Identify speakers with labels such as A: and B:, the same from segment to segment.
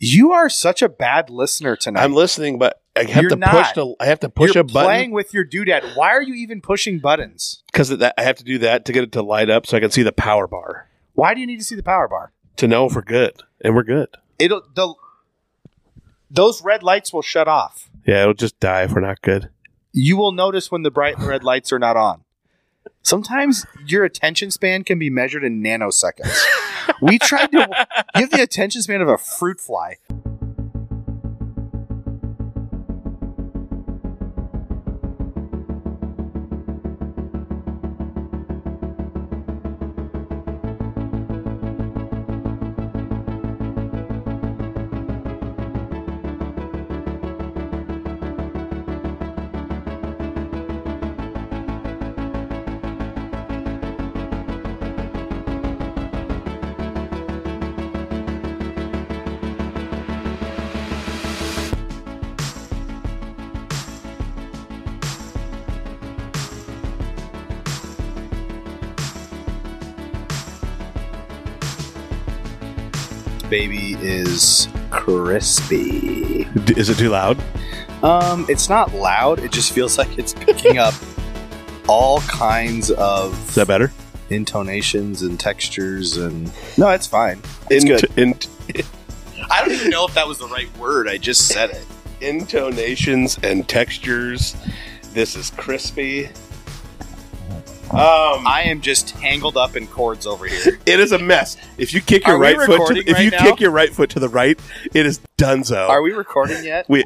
A: You are such a bad listener tonight.
B: I'm listening, but I have
A: You're
B: to push
A: not.
B: the. I have to push
A: You're
B: a button
A: playing with your doodad. Why are you even pushing buttons?
B: because that I have to do that to get it to light up so I can see the power bar
A: Why do you need to see the power bar?
B: to know if we're good, and we're good.
A: It'll the those red lights will shut off.
B: Yeah, it'll just die if we're not good.
A: You will notice when the bright red lights are not on. Sometimes your attention span can be measured in nanoseconds. we tried to you have the attention span of a fruit fly. Baby is crispy.
B: D- Is it too loud?
A: Um, it's not loud. It just feels like it's picking up all kinds of
B: Is that better?
A: intonations and textures and no, it's fine. It's
B: Int-
A: good.
B: int-
A: I don't even know if that was the right word. I just said it.
B: intonations and textures. This is crispy. Um,
A: I am just tangled up in cords over here.
B: it is a mess. If you kick your
A: Are we
B: right foot, to
A: recording
B: the, if
A: right
B: you
A: now?
B: kick your right foot to the right, it is dunzo.
A: Are we recording yet?
B: we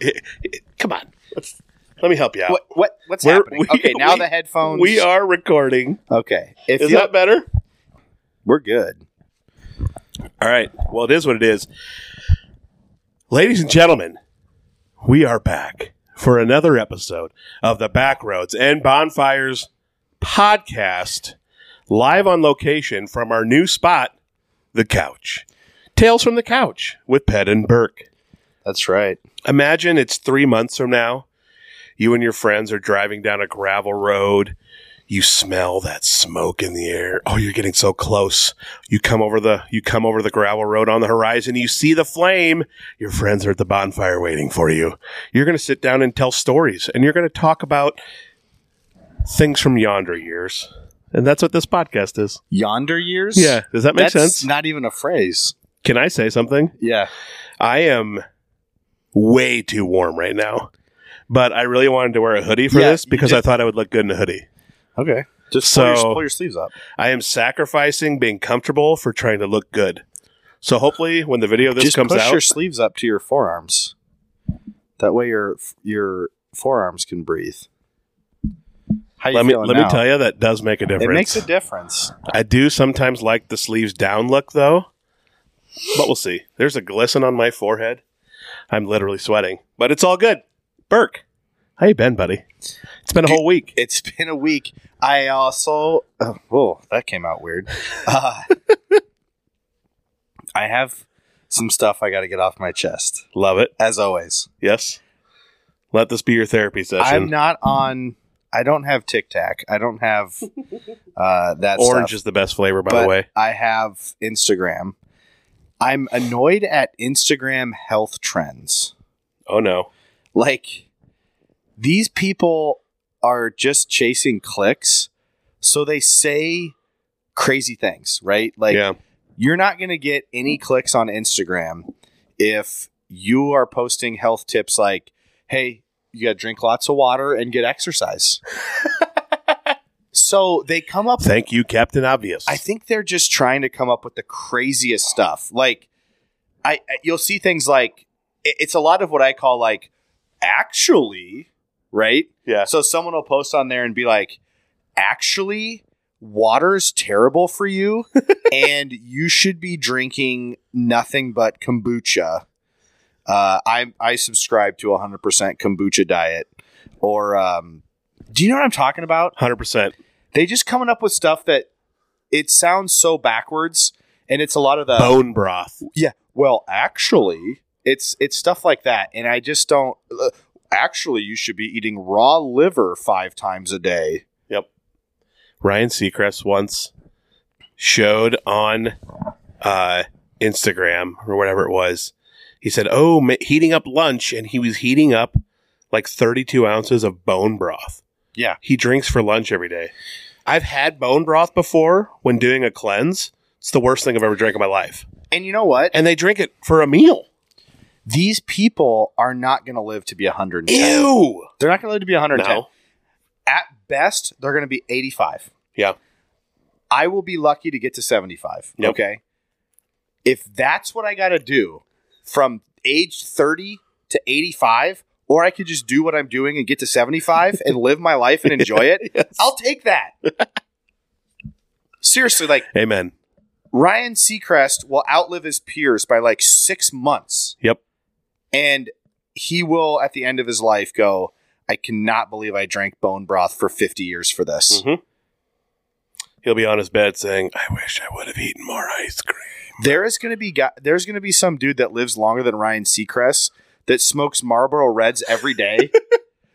B: come on. Let's, let me help you out.
A: What, what what's
B: We're-
A: happening?
B: we-
A: okay, now
B: we-
A: the headphones.
B: We are recording.
A: okay. If
B: Is
A: you-
B: that better?
A: we're good.
B: All right. Well, it is what it is. Ladies and gentlemen, we are back for another episode of the Backroads and Bonfires podcast, live on location from our new spot, the couch. Tales from the Couch with Ped and Burke.
A: That's right.
B: Imagine it's three months from now. You and your friends are driving down a gravel road. You smell that smoke in the air. Oh, you're getting so close. You come over the you come over the gravel road on the horizon. You see the flame. Your friends are at the bonfire waiting for you. You're going to sit down and tell stories, and you're going to talk about things from yonder years. And that's what this podcast is.
A: Yonder years?
B: does that make
A: That's
B: sense?
A: not even a phrase.
B: Can I say something?
A: Yeah.
B: I am way too warm right now. But I really wanted to wear a hoodie for
A: Yeah,
B: this
A: you
B: because
A: did.
B: I thought I would look good in a hoodie.
A: Okay. Just
B: So-
A: pull, your, pull your sleeves up.
B: I am sacrificing being comfortable for trying to look good. So hopefully when the video of this
A: just
B: comes
A: push
B: out,
A: your sleeves up to your forearms. That way your your forearms can breathe. How you
B: let me
A: feeling
B: let
A: now?
B: me tell you that does make a difference.
A: It makes a difference.
B: I do sometimes like the sleeves down look though. But we'll see. There's a glisten on my forehead. I'm literally sweating, but it's all good. Burke, how you been, buddy? It's been a
A: Dude,
B: whole week.
A: It's been a week. I also oh, whoa, that came out weird. Uh, I have some stuff I got to get off my chest,
B: Love it.
A: as always.
B: Yes. Let this be your therapy session.
A: I'm not on. I don't have Tic Tac. I don't have uh, that
B: Orange
A: stuff.
B: is the best flavor, by
A: but
B: the way.
A: I have Instagram. I'm annoyed at Instagram health trends.
B: Oh no.
A: Like these people are just chasing clicks, so they say crazy things, right? Like
B: yeah.
A: you're not going to get any clicks on Instagram if you are posting health tips like, hey, you got to drink lots of water and get exercise. so they come up
B: Thank you, Captain Obvious.
A: I think they're just trying to come up with the craziest stuff. Like, I I- you'll see things like it- it's a lot of what I call like actually, right?
B: Yeah.
A: So someone will post on there and be like, actually, water's terrible for you, and you should be drinking nothing but kombucha. Uh, I I subscribe to a hundred percent kombucha diet, or um, do you know what I'm talking about?
B: Hundred percent.
A: they just coming up with stuff that it sounds so backwards and it's a lot of the
B: Bone broth.
A: yeah well actually it's it's stuff like that and i just don't uh, actually you should be eating raw liver five times a day
B: Ryan Seacrest once showed on uh, Instagram or whatever it was. He said, "Oh, ma- heating up lunch," and he was heating up like 32 ounces of bone broth.
A: Yeah.
B: he drinks for lunch every day. I've had bone broth before when doing a cleanse. It's the worst thing I've ever drank in my life.
A: And you know what?
B: And they drink it for a meal.
A: These people are not going to live to be 110.
B: Ew.
A: They're not going to live to be 110.
B: No.
A: At best, they're going to be 85.
B: Yeah.
A: I will be lucky to get to 75.
B: Yep.
A: Okay. If that's what I got to do from age 30 to 85, or I could just do what I'm doing and get to 75 and live my life and enjoy it, I'll take that. Seriously, like
B: Amen.
A: Ryan Seacrest will outlive his peers by like six months.
B: Yep.
A: And he will, at the end of his life, go, I cannot believe I drank bone broth for 50 years for this.
B: Mhm. He'll be on his bed saying, "I wish I would have eaten more ice cream."
A: There is going to be guy, there's going to be some dude that lives longer than Ryan Seacrest that smokes Marlboro Reds every day,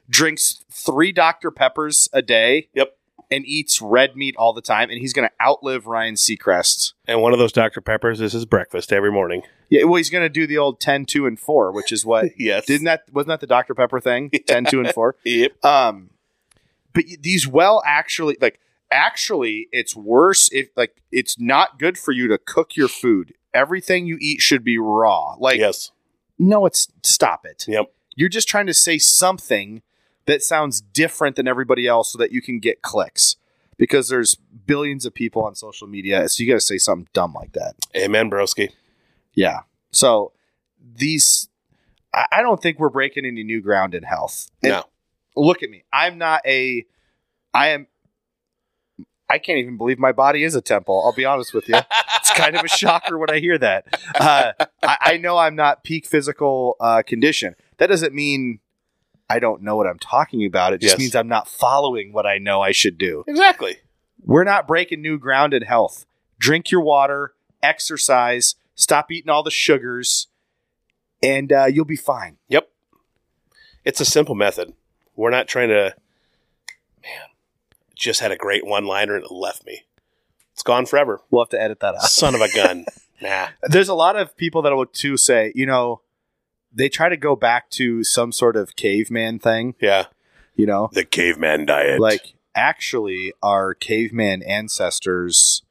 A: drinks three Dr Peppers a day,
B: Yep.
A: and eats red meat all the time, and he's going to outlive Ryan Seacrest.
B: And one of those Dr. Peppers is his breakfast every morning.
A: Yeah, well, he's going to do the old 10, 2, and 4, which is what
B: Yes.
A: didn't that wasn't that the Dr Pepper thing? 10, 2, and four.
B: Yep.
A: Um, but y- these well actually like actually it's worse if like it's not good for you to cook your food. Everything you eat should be raw. Like
B: yes.
A: no, it's stop it.
B: Yep.
A: You're just trying to say something that sounds different than everybody else so that you can get clicks because there's billions of people on social media. So you got to say something dumb like that.
B: Amen, broski.
A: Yeah. So these, I, I don't think we're breaking any new ground in health. And
B: No.
A: Look at me. I'm not a, I am, I can't even believe my body is a temple. I'll be honest with you. it's kind of a shocker when I hear that. Uh, I, I know I'm not peak physical uh, condition. That doesn't mean I don't know what I'm talking about. It just
B: Yes.
A: means I'm not following what I know I should do.
B: Exactly.
A: We're not breaking new ground in health. Drink your water, exercise, stop eating all the sugars, and uh, you'll be fine.
B: Yep. It's a simple method. We're not trying to. Man, just had a great one liner and it left me. It's gone forever.
A: We'll have to edit that out.
B: Son of a gun. nah.
A: There's a lot of people that will too say, you know, they try to go back to some sort of caveman thing,
B: Yeah.
A: you know,
B: The caveman diet.
A: like actually our caveman ancestors,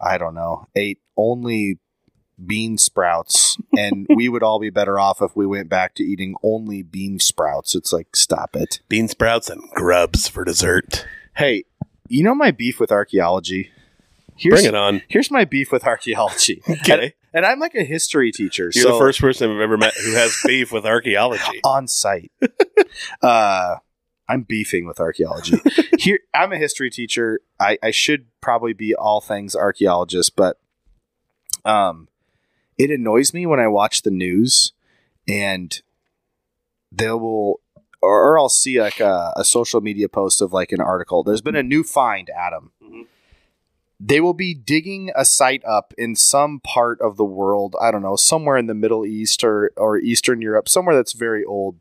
A: I don't know, ate only bean sprouts, and we would all be better off if we went back to eating only bean sprouts. It's like, stop it.
B: bean sprouts and grubs for dessert.
A: Hey, you know my beef with archaeology? Here's,
B: Bring it on.
A: Here's my beef with archaeology. and,
B: Okay.
A: and I'm like a history teacher.
B: You're
A: so
B: the first person I've ever met who has beef with archaeology.
A: on site. uh, I'm beefing with archaeology. Here, I'm a history teacher. I, I should probably be all things archaeologist, but um, it annoys me when I watch the news and they will, or, or I'll see like a, a social media post of like an article. There's been a new find, Adam.
B: Mhm.
A: They will be digging a site up in some part of the world. I don't know, somewhere in the Middle East or, or Eastern Europe, somewhere that's very old.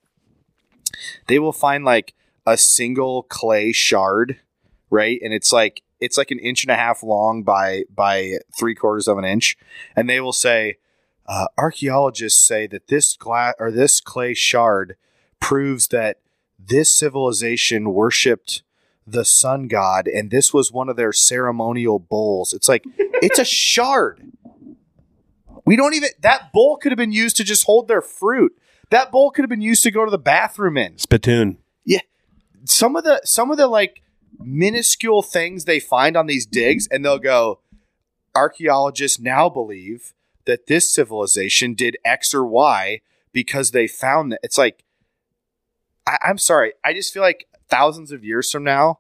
A: They will find like a single clay shard, right? And it's like it's like an inch and a half long by by three quarters of an inch, and they will say, uh, archaeologists say that this glass or this clay shard proves that this civilization worshipped the sun god and this was one of their ceremonial bowls it's like it's a shard we don't even that bowl could have been used to just hold their fruit that bowl could have been used to go to the bathroom in
B: Spittoon.
A: some of the some of the like minuscule things they find on these digs and they'll go archaeologists now believe that this civilization did x or y because they found that it's like I, i'm sorry i just feel like thousands of years from now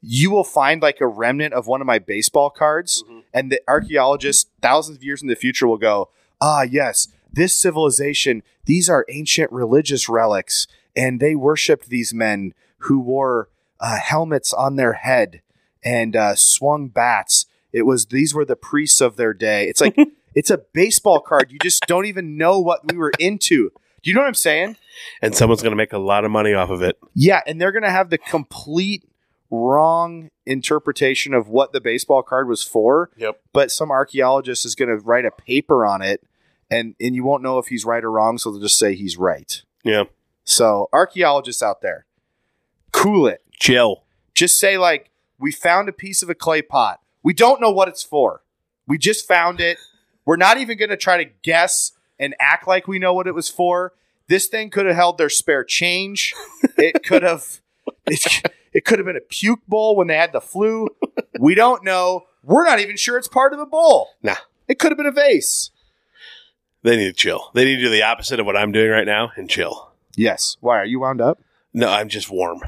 A: you will find like a remnant of one of my baseball cards
B: Mhm.
A: and the archaeologists thousands of years in the future will go ah yes this civilization these are ancient religious relics and they worshipped these men who wore uh, helmets on their head and uh, swung bats. It was these were the priests of their day. It's like it's a baseball card. You just don't even know what we were into. Do you know what I'm saying?
B: And someone's going to make a lot of money off of it.
A: Yeah, and they're gonna have the complete wrong interpretation of what the baseball card was for.
B: Yep.
A: But some archaeologist is gonna write a paper on it and and you won't know if he's right or wrong, so they'll just say he's right.
B: Yeah.
A: So archaeologists out there, cool it.
B: Chill.
A: Just say like we found a piece of a clay pot. We don't know what it's for. We just found it. We're not even going to try to guess and act like we know what it was for. This thing could have held their spare change. It could have it, it could have been a puke bowl when they had the flu. We don't know. We're not even sure it's part of a bowl.
B: Nah.
A: It could have been a vase.
B: They need to chill. They need to do the opposite of what I'm doing right now and chill.
A: Yes. Why are you wound up?
B: No, I'm just warm.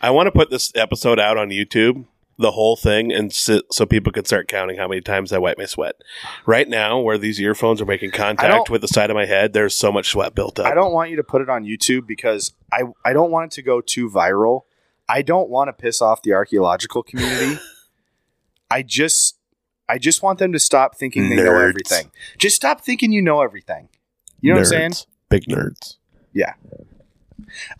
B: I want to put this episode out on YouTube, the whole thing, and so, so people could start counting how many times I wipe my sweat. Right now, where these earphones are making contact with the side of my head, there's so much sweat built up.
A: I don't want you to put it on YouTube because I I don't want it to go too viral. I don't want to piss off the archaeological community. I just I just want them to stop thinking they know
B: Nerds.
A: everything. Just stop thinking you know everything. You know what I'm saying?
B: Nerds. Big nerds.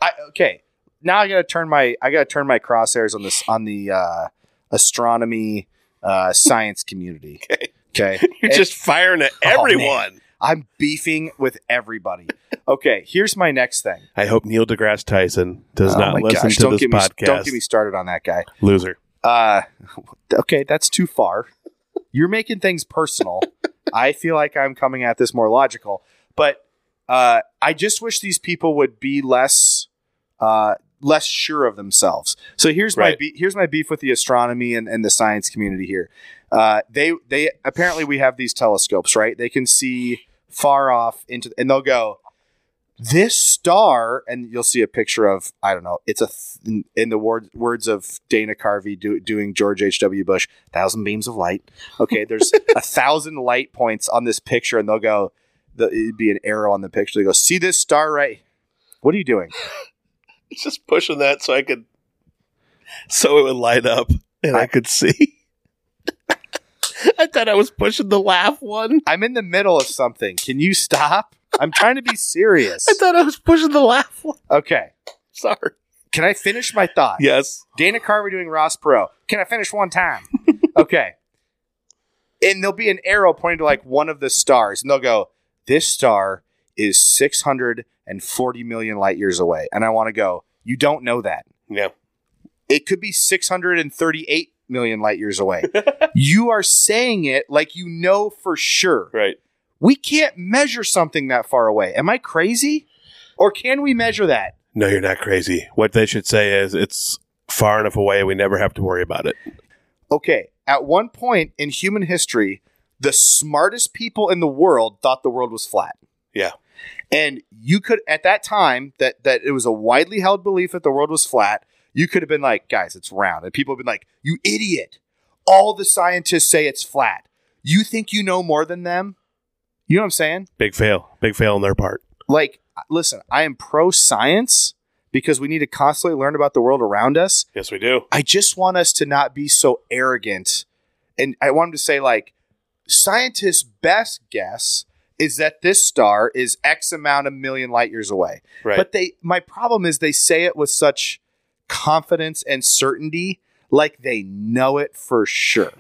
A: I okay. Now I gotta turn my I gotta turn my crosshairs on this on the uh, astronomy uh, science community.
B: Okay.
A: Okay.
B: You're
A: And
B: just firing at
A: Oh, man.
B: everyone.
A: I'm beefing with everybody. Okay, here's my next thing.
B: I hope Neil deGrasse Tyson does
A: Oh
B: not
A: my
B: listen
A: gosh,
B: to
A: don't
B: this
A: get me
B: podcast.
A: don't get me started on that guy.
B: Loser.
A: Uh, okay, that's too far. You're making things personal. I feel like I'm coming at this more logical, but uh, I just wish these people would be less uh, less sure of themselves. So here's my
B: Right.
A: be- here's my beef with the astronomy and, and the science community here. Uh, they they apparently we have these telescopes, right? They can see far off into and they'll go this star and you'll see a picture of i don't know it's a th- in- in the word, words of dana carvey do, doing george h.w bush thousand beams of light okay there's a thousand light points on this picture and they'll go the, it'd be an arrow on the picture they go see this star right what are you doing
B: He's just pushing that so I could, so it would light up and I, could see. I thought I was pushing the laugh one.
A: i'm in the middle of something can you stop i'm trying to be serious
B: I thought I was pushing the laugh one.
A: okay
B: Sorry.
A: can i finish my thought
B: Yes.
A: Dana Carvey doing Ross Perot. Can I finish one time? okay. And there'll be an arrow pointing to like one of the stars, and they'll go, This star is 640 million light years away. And I want to go, You don't know that.
B: Yeah.
A: It could be 638 million light years away. you are saying it like you know for sure.
B: Right.
A: We can't measure something that far away. Am I crazy? Or can we measure that?
B: No, you're not crazy. What they should say is it's far enough away we never have to worry about it.
A: Okay, at one point in human history, the smartest people in the world thought the world was flat.
B: Yeah.
A: And you could at that time that that it was a widely held belief that the world was flat, you could have been like, guys, it's round. And people have been like, you idiot. All the scientists say it's flat. You think you know more than them? You know what I'm saying?
B: Big fail. Big fail on their part.
A: Like, listen, I am pro science because we need to constantly learn about the world around us.
B: Yes, we do.
A: I just want us to not be so arrogant. And I want them to say, like, scientists' best guess is that this star is X amount of million light years away.
B: Right.
A: But they, my problem is they say it with such confidence and certainty, like they know it for sure.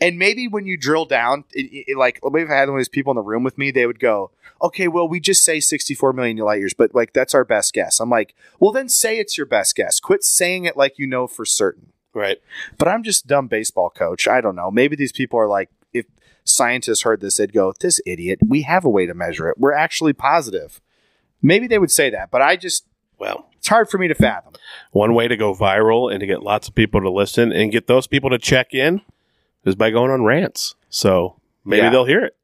A: and maybe when you drill down, it, it- it- like maybe if I had one of these people in the room with me, they would go, "Okay, well, we just say 64 million light years, but like that's our best guess." I'm like, "Well, then say it's your best guess. Quit saying it like you know for certain."
B: right.
A: But I'm just a dumb baseball coach. I don't know. Maybe these people are like, if scientists heard this, they'd go, "This idiot. We have a way to measure it. We're actually positive." Maybe they would say that, but I just
B: Well,
A: it's hard for me to fathom.
B: one way to go viral and to get lots of people to listen and get those people to check in is by going on rants. So maybe
A: Yeah.
B: they'll hear it.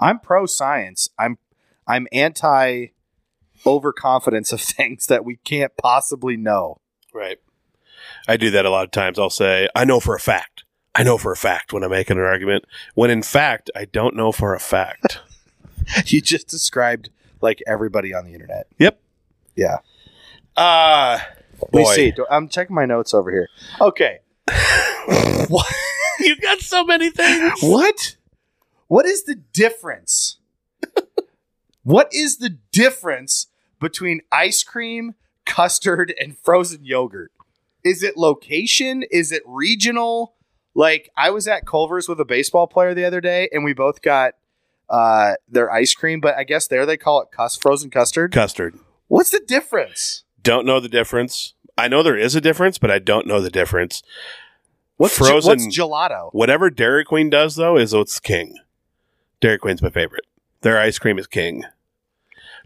A: I'm pro science. I'm I'm anti overconfidence of things that we can't possibly know.
B: Right. I do that a lot of times. I'll say, I know for a fact. I know for a fact when I'm making an argument, when in fact, I don't know for a fact.
A: You just described like everybody on the internet.
B: yep.
A: Yeah.
B: Uh,
A: Let me
B: boy.
A: see. Do- I'm checking my notes over here. Okay.
B: you got so many things.
A: What? What is the difference? what is the difference between ice cream, custard, and frozen yogurt? Is it location? Is it regional? Like I was at Culver's with a baseball player the other day, and we both got uh, their ice cream, but I guess there they call it cuss frozen custard.
B: Custard.
A: What's the difference?
B: Don't know the difference. I know there is a difference, but I don't know the difference.
A: What's ge-
B: Frozen-
A: what's gelato?
B: Whatever Dairy Queen does, though, is what's king. Dairy Queen's my favorite. Their ice cream is king.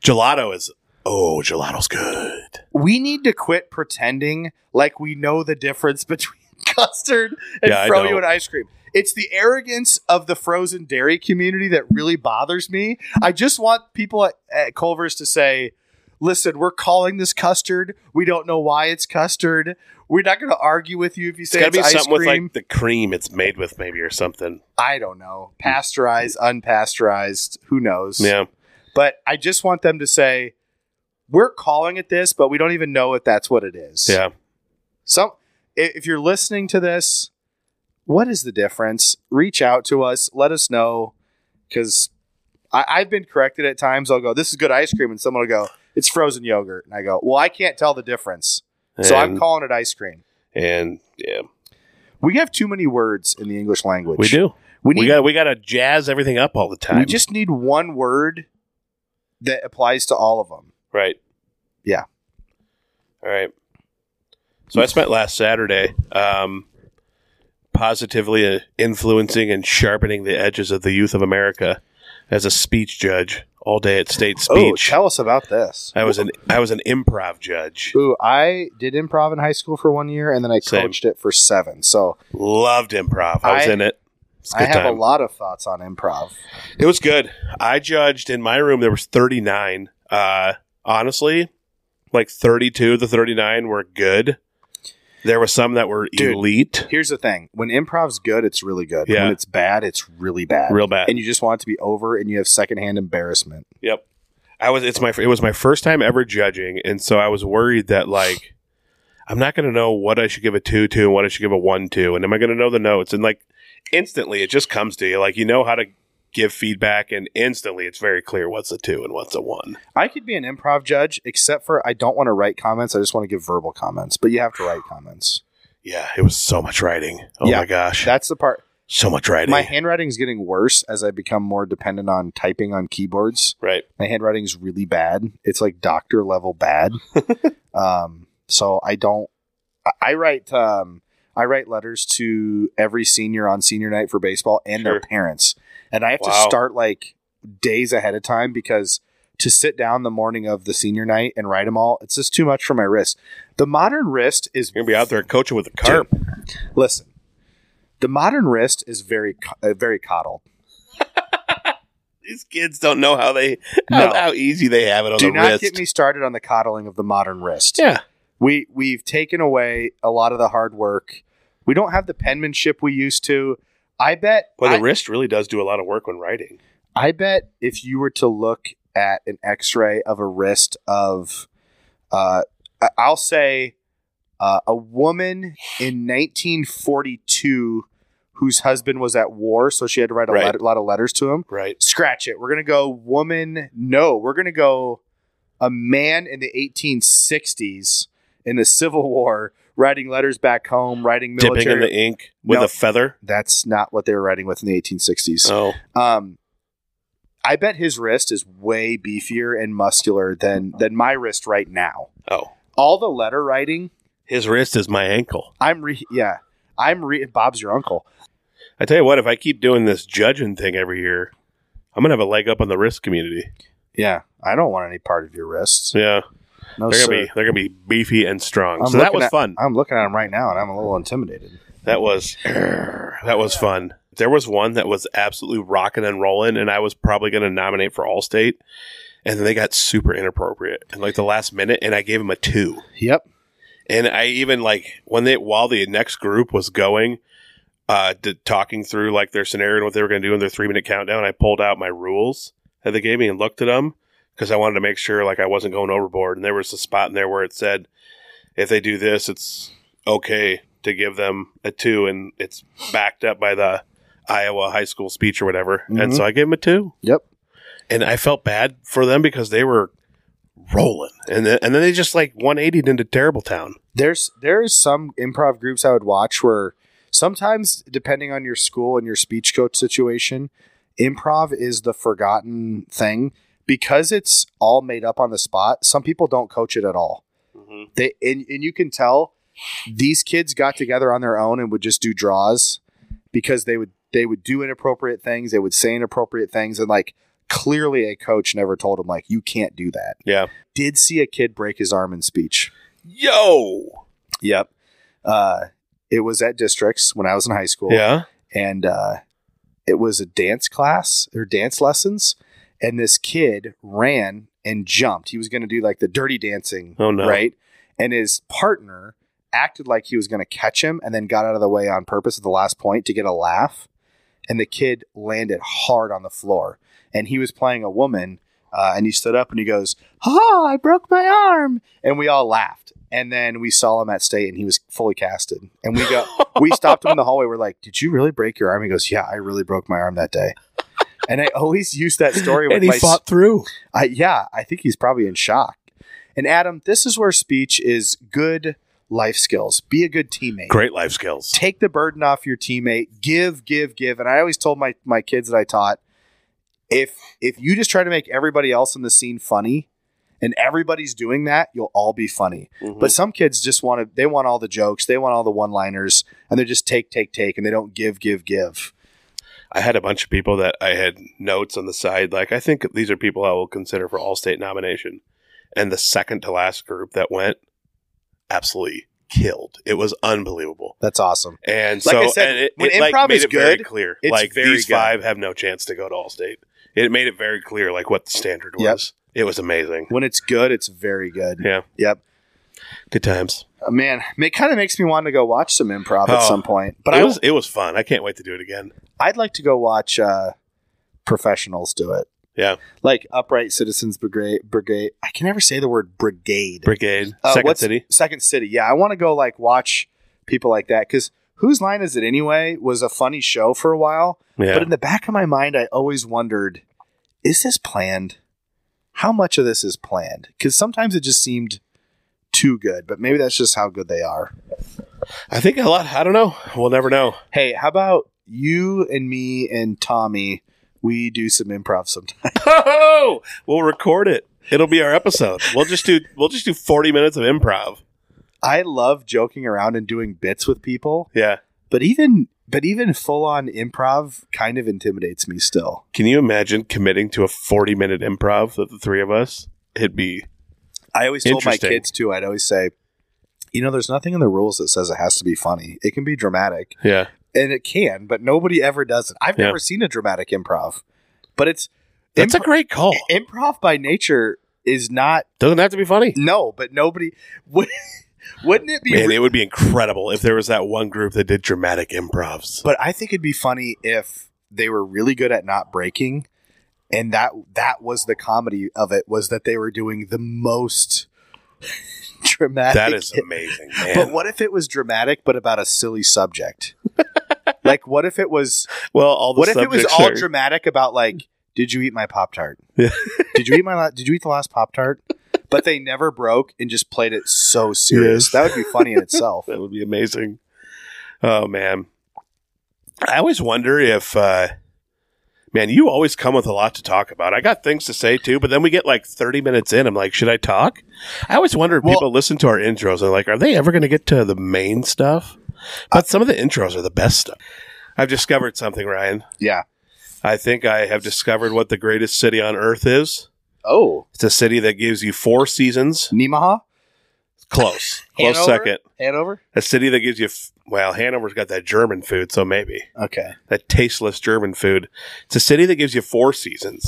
B: Gelato is oh, gelato's good.
A: We need to quit pretending like we know the difference between custard and
B: Yeah, I
A: froyo
B: don't.
A: and ice cream. It's the arrogance of the frozen dairy community that really bothers me. I just want people at, at Culver's to say, listen, we're calling this custard. We don't know why it's custard. We're not going to argue with you if you
B: It's
A: say
B: got to
A: it's,
B: be
A: ice
B: something
A: cream.
B: with like the cream it's made with, maybe or something.
A: I don't know. Pasteurized, unpasteurized, who knows?
B: Yeah,
A: But I just want them to say, we're calling it this, but we don't even know if that's what it is.
B: yeah.
A: Some i- if you're listening to this, what is the difference? Reach out to us, let us know. Cause I, I've been corrected at times. I'll go, This is good ice cream, and someone will go, It's frozen yogurt. And I go, Well, I can't tell the difference. so I'm
B: And-
A: calling it ice cream.
B: and yeah,
A: We have too many words in the English language.
B: we do.
A: We
B: We,
A: need
B: got we got to jazz everything up all the time.
A: we just need one word that applies to all of them.
B: Right.
A: Yeah.
B: All right. So I spent last Saturday um, positively uh, influencing and sharpening the edges of the youth of America as a speech judge all day at state
A: Oh,
B: speech.
A: tell us about this.
B: I was an I was an improv judge.
A: Ooh, I did improv in high school for one year, and then I
B: Same.
A: coached it for seven. So
B: Loved improv. I was
A: I-
B: in it. It's a
A: I
B: good
A: have
B: time.
A: a lot of thoughts on improv.
B: It was good. I judged in my room there was 39. Uh honestly, like 32 to 39 were good. There were some that were
A: Dude.
B: elite.
A: Here's the thing: when improv's good, it's really good.
B: Yeah.
A: When it's bad, it's really bad.
B: Real bad.
A: And you just want it to be over, and you have secondhand embarrassment.
B: Yep. I was it's my it was my first time ever judging and so I was worried that like I'm not going to know what I should give a 2 to and what I should give a 1 to and am I going to know the notes and like instantly it just comes to you like you know how to give feedback and instantly it's very clear what's a 2 and what's a 1.
A: I could be an improv judge, except for I don't want to write comments. I just want to give verbal comments. But you have to write comments.
B: Yeah, it was so much writing. Oh
A: Yeah.
B: my gosh.
A: That's the part.
B: so much writing.
A: My handwriting's getting worse as I become more dependent on typing on keyboards.
B: right.
A: my handwriting's really bad. It's like doctor level bad. um, so I don't. I- I write. Um, I write letters to every senior on senior night for baseball and their
B: Sure.
A: parents, and I have to
B: Wow.
A: start like days ahead of time because to sit down the morning of the senior night and write them all, it's just too much for my wrist. The modern wrist is
B: You're going to be out there coaching with a carp.
A: Listen, the modern wrist is very co- uh, very coddled.
B: These kids don't know how they
A: No.
B: how, how easy they have it on
A: Do
B: the
A: not
B: wrist.
A: get me started on the coddling of the modern wrist.
B: yeah.
A: we we've taken away a lot of the hard work. We don't have the penmanship we used to. I bet
B: But
A: I,
B: the wrist really does do a lot of work when writing.
A: I bet if you were to look at an x-ray of a wrist of uh I- I'll say uh, a woman in 1942 whose husband was at war so she had to write a
B: Right.
A: letter- lot of letters to him.
B: Right.
A: Scratch it. We're going to go woman no, we're going to go a man in the 1860s in the Civil War writing letters back home, writing
B: Dipping in
A: military.
B: the ink with
A: No.
B: a feather.
A: That's not what they were writing with in the 1860s.
B: Oh.
A: Um, I bet his wrist is way beefier and muscular than than my wrist right now.
B: Oh.
A: All the letter writing,
B: His wrist is my ankle.
A: I'm re yeah, I'm re Bob's your uncle.
B: I tell you what, if I keep doing this judging thing every year, I'm going to have a leg up on the wrist community.
A: Yeah, I don't want any part of your wrists.
B: Yeah.
A: No,
B: they're
A: sir.
B: going to be they're going to be beefy and strong.
A: I'm
B: so that
A: looking
B: was
A: at-
B: fun.
A: I'm looking at him right now, and I'm a little intimidated.
B: That was that was fun. There was one that was absolutely rocking and rolling, and I was probably going to nominate for Allstate, and then they got super inappropriate and like the last minute, and I gave him a two.
A: Yep.
B: And I even like when they while the next group was going, uh, d- talking through like their scenario and what they were going to do in their three minute countdown, I pulled out my rules that they gave me and looked at them because I wanted to make sure like I wasn't going overboard. And there was a spot in there where it said if they do this, it's okay to give them a two, and it's backed up by the Iowa high school speech or whatever. And
A: Mhm.
B: so I gave them a two,
A: Yep.
B: and I felt bad for them because they were rolling, and then, and then they just like 180'd into Terrible Town.
A: There's there is some improv groups I would watch where sometimes depending on your school and your speech coach situation, improv is the forgotten thing because it's all made up on the spot. Some people don't coach it at all.
C: Mhm.
A: They and, and you can tell these kids got together on their own and would just do draws because they would they would do inappropriate things, they would say inappropriate things, and like clearly a coach never told them like you can't do that.
B: Yeah.
A: Did see a kid break his arm in speech.
B: Yo.
A: Yep. Uh, it was at districts when I was in high school
B: Yeah.
A: and uh, it was a dance class or dance lessons. And this kid ran and jumped. He was going to do like the dirty dancing,
B: Oh, no.
A: right? And his partner acted like he was going to catch him, and then got out of the way on purpose at the last point to get a laugh. And the kid landed hard on the floor, and he was playing a woman. Uh, and he stood up and he goes, "Oh, I broke my arm!" And we all laughed. And then we saw him at state, and he was fully casted. And we go, we stopped him in the hallway. We're like, "Did you really break your arm?" He goes, "Yeah, I really broke my arm that day." And I always use that story with
B: and he
A: my
B: fought through.
A: I, yeah, I think he's probably in shock. And Adam, this is where speech is good life skills. Be a good teammate.
B: Great life skills.
A: Take the burden off your teammate. Give, give, give. And I always told my my kids that I taught if if you just try to make everybody else in the scene funny, and everybody's doing that, you'll all be funny.
B: Mm-hmm.
C: Mhm.
A: But some kids just want to they want all the jokes, they want all the one-liners, and they're just take take take and they don't give give give.
B: I had a bunch of people that I had notes on the side. Like, I think these are people I will consider for all state nomination. And the second to last group that went absolutely killed. It was unbelievable.
A: That's awesome.
B: And
A: Like
B: so,
A: I said,
B: and it,
A: when
B: it, like,
A: improv
B: made
A: is
B: it very
A: good,
B: clear.
A: it's
B: like
A: very
B: these
A: good.
B: five have no chance to go to all state. It made it very clear, like what the standard
A: Yep.
B: was. It was amazing.
A: When it's good, it's very good.
B: Yeah.
A: Yep.
B: Good times.
A: Uh, man, it kind of makes me want to go watch some improv at
B: Oh.
A: some point. But
B: it
A: I
B: was it was fun. I can't wait to do it again.
A: I'd like to go watch uh, professionals do it.
B: Yeah.
A: like Upright Citizens Brigade. Brigade. I can never say the word brigade.
B: Brigade,
A: Uh,
B: Second
A: what's-
B: City.
A: Second City. Yeah, I want to go like watch people like that because whose line is it anyway? Was a funny show for a while,
B: Yeah.
A: but in the back of my mind, I always wondered: Is this planned? How much of this is planned? Because sometimes it just seemed too good, but maybe that's just how good they are.
B: I think a lot. I don't know. We'll never know.
A: Hey, how about you and me and Tommy? We do some improv sometime.
B: Oh, we'll record it. It'll be our episode. We'll just do we'll just do 40 minutes of improv.
A: I love joking around and doing bits with people,
B: Yeah.
A: but even but even full on improv kind of intimidates me still.
B: Can you imagine committing to a 40 minute improv of the three of us? It'd be
A: I always told my
B: Interesting.
A: kids too. I'd always say, you know, there's nothing in the rules that says it has to be funny. It can be dramatic,
B: yeah.
A: and it can, but nobody ever does it. I've
B: Yeah.
A: never seen a dramatic improv, but it's
B: That's a
A: impro-
B: great call.
A: improv by nature is not
B: Doesn't have to be funny.
A: no, but nobody would. Wouldn't it be
B: Man,
A: re-
B: it would be incredible if there was that one group that did dramatic improvs.
A: But I think it'd be funny if they were really good at not breaking, and that that was the comedy of it was that they were doing the most dramatic.
B: That is amazing, man.
A: But what if it was dramatic, but about a silly subject? like, what if it was?
B: well, all the
A: What if it was
B: subjects
A: all
B: are-
A: dramatic about like, did you eat my pop tart?
B: Yeah.
A: did you eat my? La- did you eat the last pop tart? But they never broke and just played it so serious.
B: Yes.
A: That would be funny in itself.
B: That would be amazing. Oh man, I always wonder if, uh, man, you always come with a lot to talk about. I got things to say too, but then we get like thirty minutes in. I'm like, should I talk? I always wonder if
A: Well-
B: people listen to our intros and like, are they ever going to get to the main stuff? But some of the intros are the best stuff. I've discovered something, Ryan.
A: Yeah.
B: I think I have discovered what the greatest city on earth is.
A: Oh,
B: It's a city that gives you four seasons.
A: Nemaha,
B: Close, close
A: Hanover?
B: second.
A: Hanover.
B: A city that gives you, f- well, Hanover's got that German food, so maybe
A: Okay.
B: that tasteless German food. It's a city that gives you four seasons,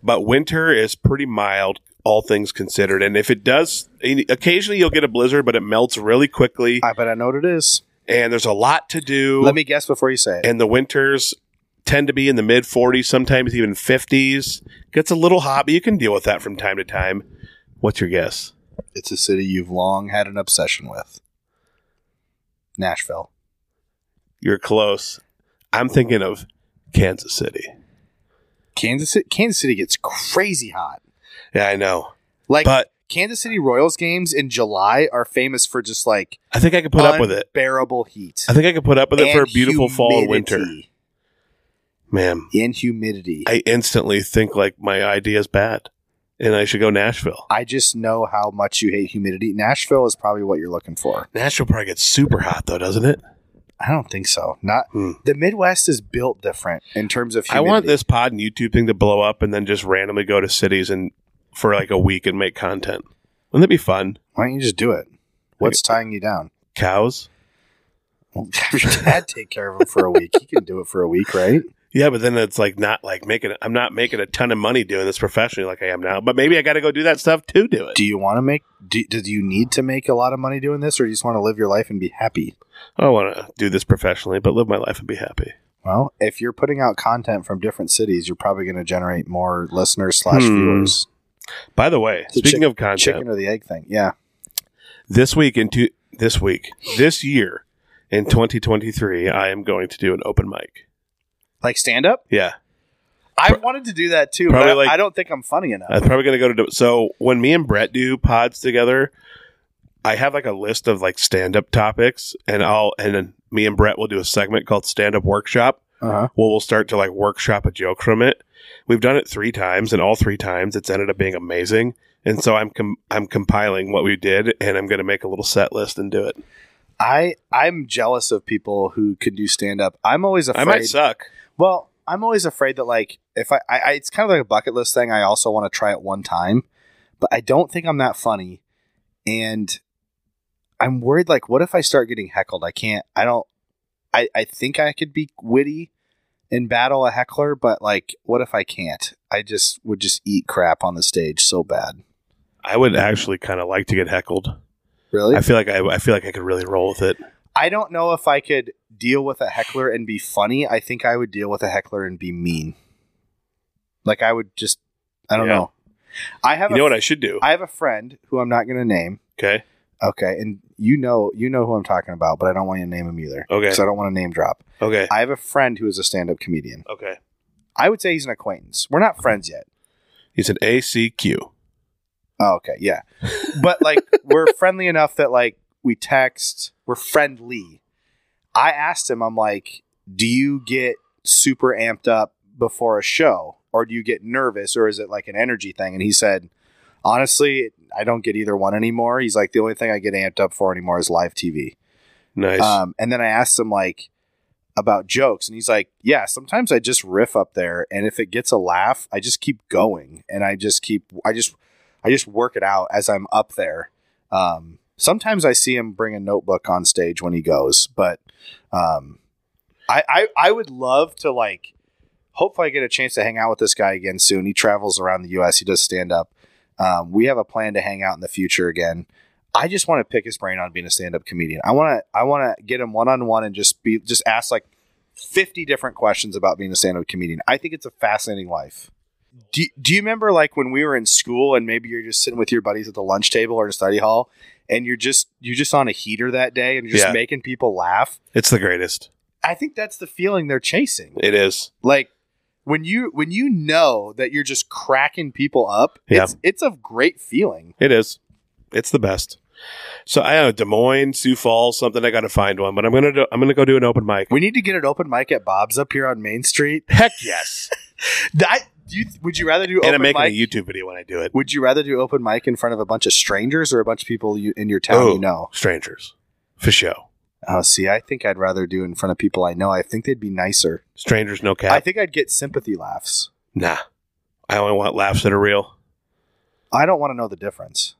B: but winter is pretty mild, all things considered. And if it does, and occasionally you'll get a blizzard, but it melts really quickly,
A: I bet I know what it is.
B: and there's a lot to do.
A: Let me guess before you say it.
B: and the winters tend to be in the mid 40s, sometimes even 50s. Gets a little hot, but you can deal with that from time to time. What's your guess?
A: It's a city you've long had an obsession with. Nashville.
B: You're close. I'm thinking of Kansas City.
A: Kansas City, Kansas City gets crazy hot.
B: Yeah, I know.
A: Like
B: But
A: Kansas City Royals games in July are famous for just like
B: I think I could put up with it.
A: unbearable heat.
B: I think I could put up with it for a
A: and
B: beautiful fall and winter.
A: humidity.
B: man.
A: in humidity. I,
B: I instantly think like my idea is bad, and I should go Nashville.
A: just know how much you hate humidity. Nashville is probably what you're looking for.
B: Nashville probably gets super hot though, doesn't it?
A: I don't think so. Not
B: Hmm.
A: the Midwest is built different in terms of humidity.
B: I want this pod and YouTube thing to blow up, and then just randomly go to cities and for like a week and make content. Wouldn't that be fun?
A: Why don't you just do it? What's tying you down?
B: Cows.
A: Well, have your dad take care of him for a week. He can do it for a week, right?
B: Yeah, but then it's like not like making. I'm not making a ton of money doing this professionally like I am now. But maybe I got to go do that stuff to do it.
A: Do you want to make? Do, do you need to make a lot of money doing this, or you just want to live your life and be happy?
B: I don't want to do this professionally, but live my life and be happy.
A: Well, if you're putting out content from different cities, you're probably going to generate more listeners slash
B: Hmm.
A: viewers.
B: By the way,
A: The
B: speaking
A: chick-
B: of content,
A: Chicken or the egg thing, yeah.
B: this week into this week, this year in 2023, I am going to do an open mic.
A: Like stand up.
B: Yeah,
A: I wanted to do that too,
B: Probably
A: but I-
B: like-
A: I don't think I'm funny enough.
B: I'm probably going to go to. So when me and Brett do pods together, I have like a list of like stand up topics, and I'll and then me and Brett will do a segment called Stand Up Workshop.
A: Uh-huh.
B: Well, we'll start to like workshop a joke from it. We've done it three times, and all three times it's ended up being amazing. And so I'm com- I'm compiling what we did, and I'm going to make a little set list and do it.
A: I I'm jealous of people who can do stand up. I'm always afraid.
B: I might suck.
A: Well, I'm always afraid that like if I, I, I it's kind of like a bucket list thing. I also want to try it one time, but I don't think I'm that funny, and I'm worried. Like, what if I start getting heckled? I can't. I don't. I I think I could be witty and battle a heckler, but like, what if I can't? I just would just eat crap on the stage so bad.
B: I would actually kind of like to get heckled.
A: Really,
B: I feel like I, I feel like I could really roll with it.
A: I don't know if I could deal with a heckler and be funny. I think I would deal with a heckler and be mean. Like I would just, I don't
B: Yeah.
A: know. I have
B: You
A: a,
B: know what I should do?
A: I have a friend who I'm not going to name.
B: Okay.
A: Okay, and you know you know who I'm talking about, but I don't want you to name him either.
B: Okay.
A: because I don't want to name drop.
B: Okay.
A: I have a friend who is a stand up comedian.
B: Okay.
A: I would say he's an acquaintance. We're not friends yet.
B: He's an ACQ.
A: Oh, okay, yeah, but like we're friendly enough that like we text. We're friendly. I asked him. I'm like, do you get super amped up before a show, or do you get nervous, or is it like an energy thing? And he said, honestly, I don't get either one anymore. He's like, the only thing I get amped up for anymore is live TV.
B: Nice.
A: Um, and then I asked him like about jokes, and he's like, "Yeah, sometimes I just riff up there, and if it gets a laugh, I just keep going, and I just keep, I just, I just work it out as I'm up there." Um, sometimes I see him bring a notebook on stage when he goes, but um, I, I, I would love to like. Hopefully, I get a chance to hang out with this guy again soon. He travels around the U.S. He does stand up. Um, we have a plan to hang out in the future again. I just want to pick his brain on being a stand-up comedian. I want to I want to get him one-on-one and just be just ask like 50 different questions about being a stand-up comedian. I think it's a fascinating life. Do, do you remember like when we were in school and maybe you're just sitting with your buddies at the lunch table or in study hall and you're just you're just on a heater that day and you're just
B: Yeah.
A: making people laugh?
B: it's the greatest.
A: I think that's the feeling they're chasing.
B: It is.
A: Like when you when you know that you're just cracking people up,
B: Yeah.
A: it's it's a great feeling.
B: It is. It's the best. So I don't know Des Moines, Sioux Falls, something. I got to find one, but I'm gonna do, I'm gonna go do an open mic.
A: We need to get an open mic at Bob's up here on Main Street.
B: Heck yes.
A: That do you, would you rather do
B: and
A: open
B: I'm making
A: mic?
B: a YouTube video when I do it.
A: would you rather do open mic in front of a bunch of strangers or a bunch of people you, in your town
B: Oh.
A: you know?
B: Strangers, for show.
A: Oh, see, I think I'd rather do in front of people I know. I think they'd be nicer.
B: Strangers, no
A: I
B: cap.
A: think I'd get sympathy laughs.
B: nah. I only want laughs that are real.
A: I don't want to know the difference.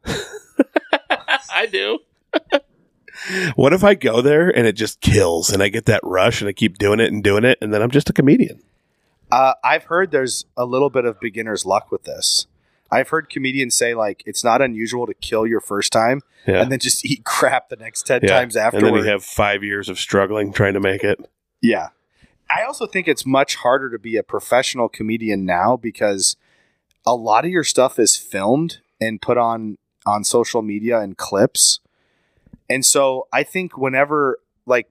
B: I do. what if I go there and it just kills and I get that rush and I keep doing it and doing it and then I'm just a comedian?
A: Uh, I've heard there's a little bit of beginner's luck with this. I've heard comedians say like it's not unusual to kill your first time
B: Yeah.
A: and then just eat crap the next ten
B: Yeah.
A: times
B: and then
A: afterward.
B: you have five years of struggling trying to make it.
A: Yeah. I also think it's much harder to be a professional comedian now because a lot of your stuff is filmed and put on on social media and clips. And so I think whenever like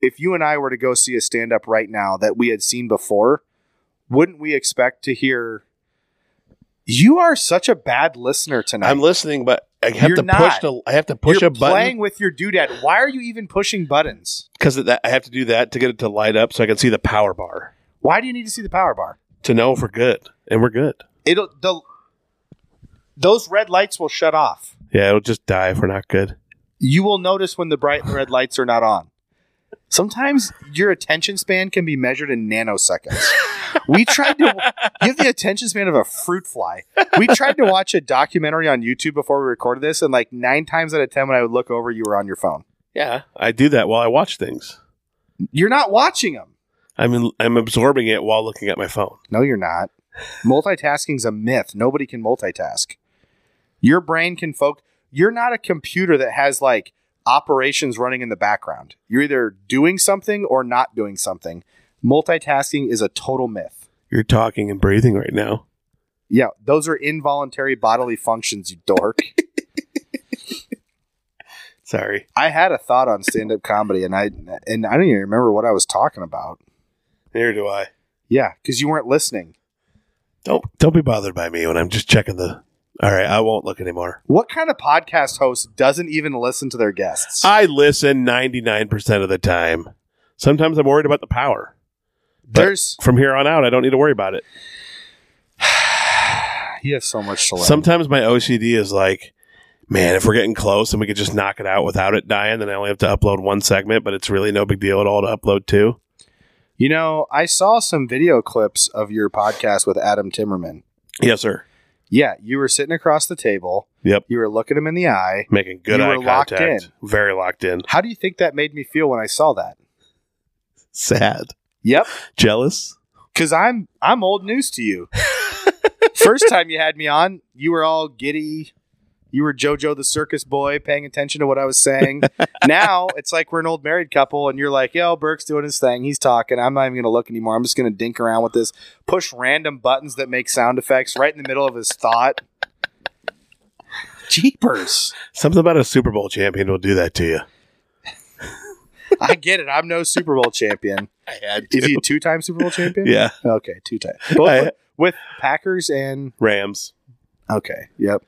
A: if you and I were to go see a stand up right now that we had seen before, wouldn't we expect to hear you are such a bad listener tonight.
B: I'm listening, but I have
A: You're
B: to push
A: not.
B: the, I have to push
A: You're
B: a button
A: playing with your doodad. Why are you even pushing buttons?
B: because I have to do that to get it to light up so I can see the power bar.
A: Why do you need to see the power bar?
B: to know if we're good, and we're good.
A: It'll the those red lights will shut off.
B: Yeah, it'll just die if we're not good.
A: You will notice when the bright red lights are not on. Sometimes your attention span can be measured in nanoseconds. We tried to give the attention span of a fruit fly. We tried to watch a documentary on YouTube before we recorded this, and like nine times out of ten, when I would look over, you were on your phone.
B: Yeah, I do that while I watch things.
A: You're not watching them.
B: I'm in, I'm absorbing it while looking at my phone.
A: No, you're not. Multitasking's a myth. Nobody can multitask. Your brain can focus. You're not a computer that has like operations running in the background. You're either doing something or not doing something. Multitasking is a total myth.
B: You're talking and breathing right now.
A: Yeah, those are involuntary bodily functions, you dork.
B: Sorry.
A: I had a thought on stand-up comedy and I and I don't even remember what I was talking about.
B: Neither do I.
A: Yeah, cuz you weren't listening.
B: Don't don't be bothered by me when I'm just checking the. All right, I won't look anymore.
A: What kind of podcast host doesn't even listen to their guests?
B: I listen 99% of the time. Sometimes I'm worried about the power.
A: There's
B: From here on out, I don't need to worry about it.
A: you have so much to learn.
B: Sometimes my OCD is like, man, if we're getting close and we could just knock it out without it dying, then I only have to upload one segment, but it's really no big deal at all to upload two.
A: You know, I saw some video clips of your podcast with Adam Timmerman.
B: Yes, sir.
A: Yeah, you were sitting across the table.
B: Yep.
A: You were looking him in the eye.
B: Making good
A: You
B: eye
A: were locked
B: contact. Very locked in.
A: How do you think that made me feel when I saw that?
B: Sad.
A: Yep,
B: Jealous.
A: because I'm I'm old news to you. First time you had me on, you were all giddy. You were JoJo the circus boy, paying attention to what I was saying. now it's like we're an old married couple, and you're like, "Yo, Burke's doing his thing. He's talking. I'm not even gonna look anymore. I'm just gonna dink around with this. Push random buttons that make sound effects right in the middle of his thought." Jeepers!
B: Something about a Super Bowl champion will do that to you.
A: I get it. I'm no Super Bowl champion.
B: I had
A: Is he a two-time Super Bowl champion?
B: Yeah.
A: Okay, two-time.
B: I-
A: Both with, with Packers and
B: Rams.
A: okay. Yep.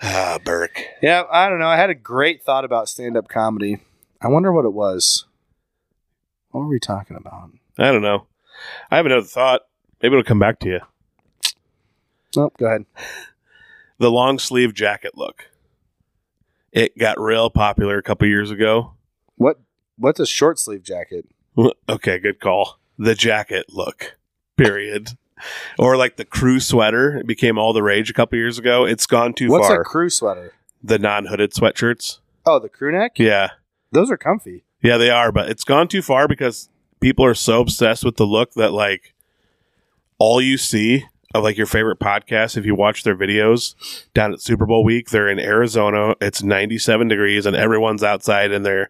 B: Ah, Burke.
A: Yeah, I don't know. I had a great thought about stand up comedy. I wonder what it was. What were we talking about?
B: I don't know. I have another thought. Maybe it'll come back to you.
A: Oh, go ahead.
B: The long sleeve jacket look. It got real popular a couple years ago.
A: What what's a short sleeve jacket?
B: Okay, good call. The jacket look. Period. or like the crew sweater. It became all the rage a couple years ago. It's gone too
A: what's
B: far.
A: a crew sweater?
B: the non hooded sweatshirts.
A: Oh, the crew neck?
B: Yeah.
A: Those are comfy.
B: Yeah, they are, but it's gone too far because people are so obsessed with the look that like all you see of like your favorite podcast, if you watch their videos down at Super Bowl week, they're in Arizona. It's 97 degrees and everyone's outside in their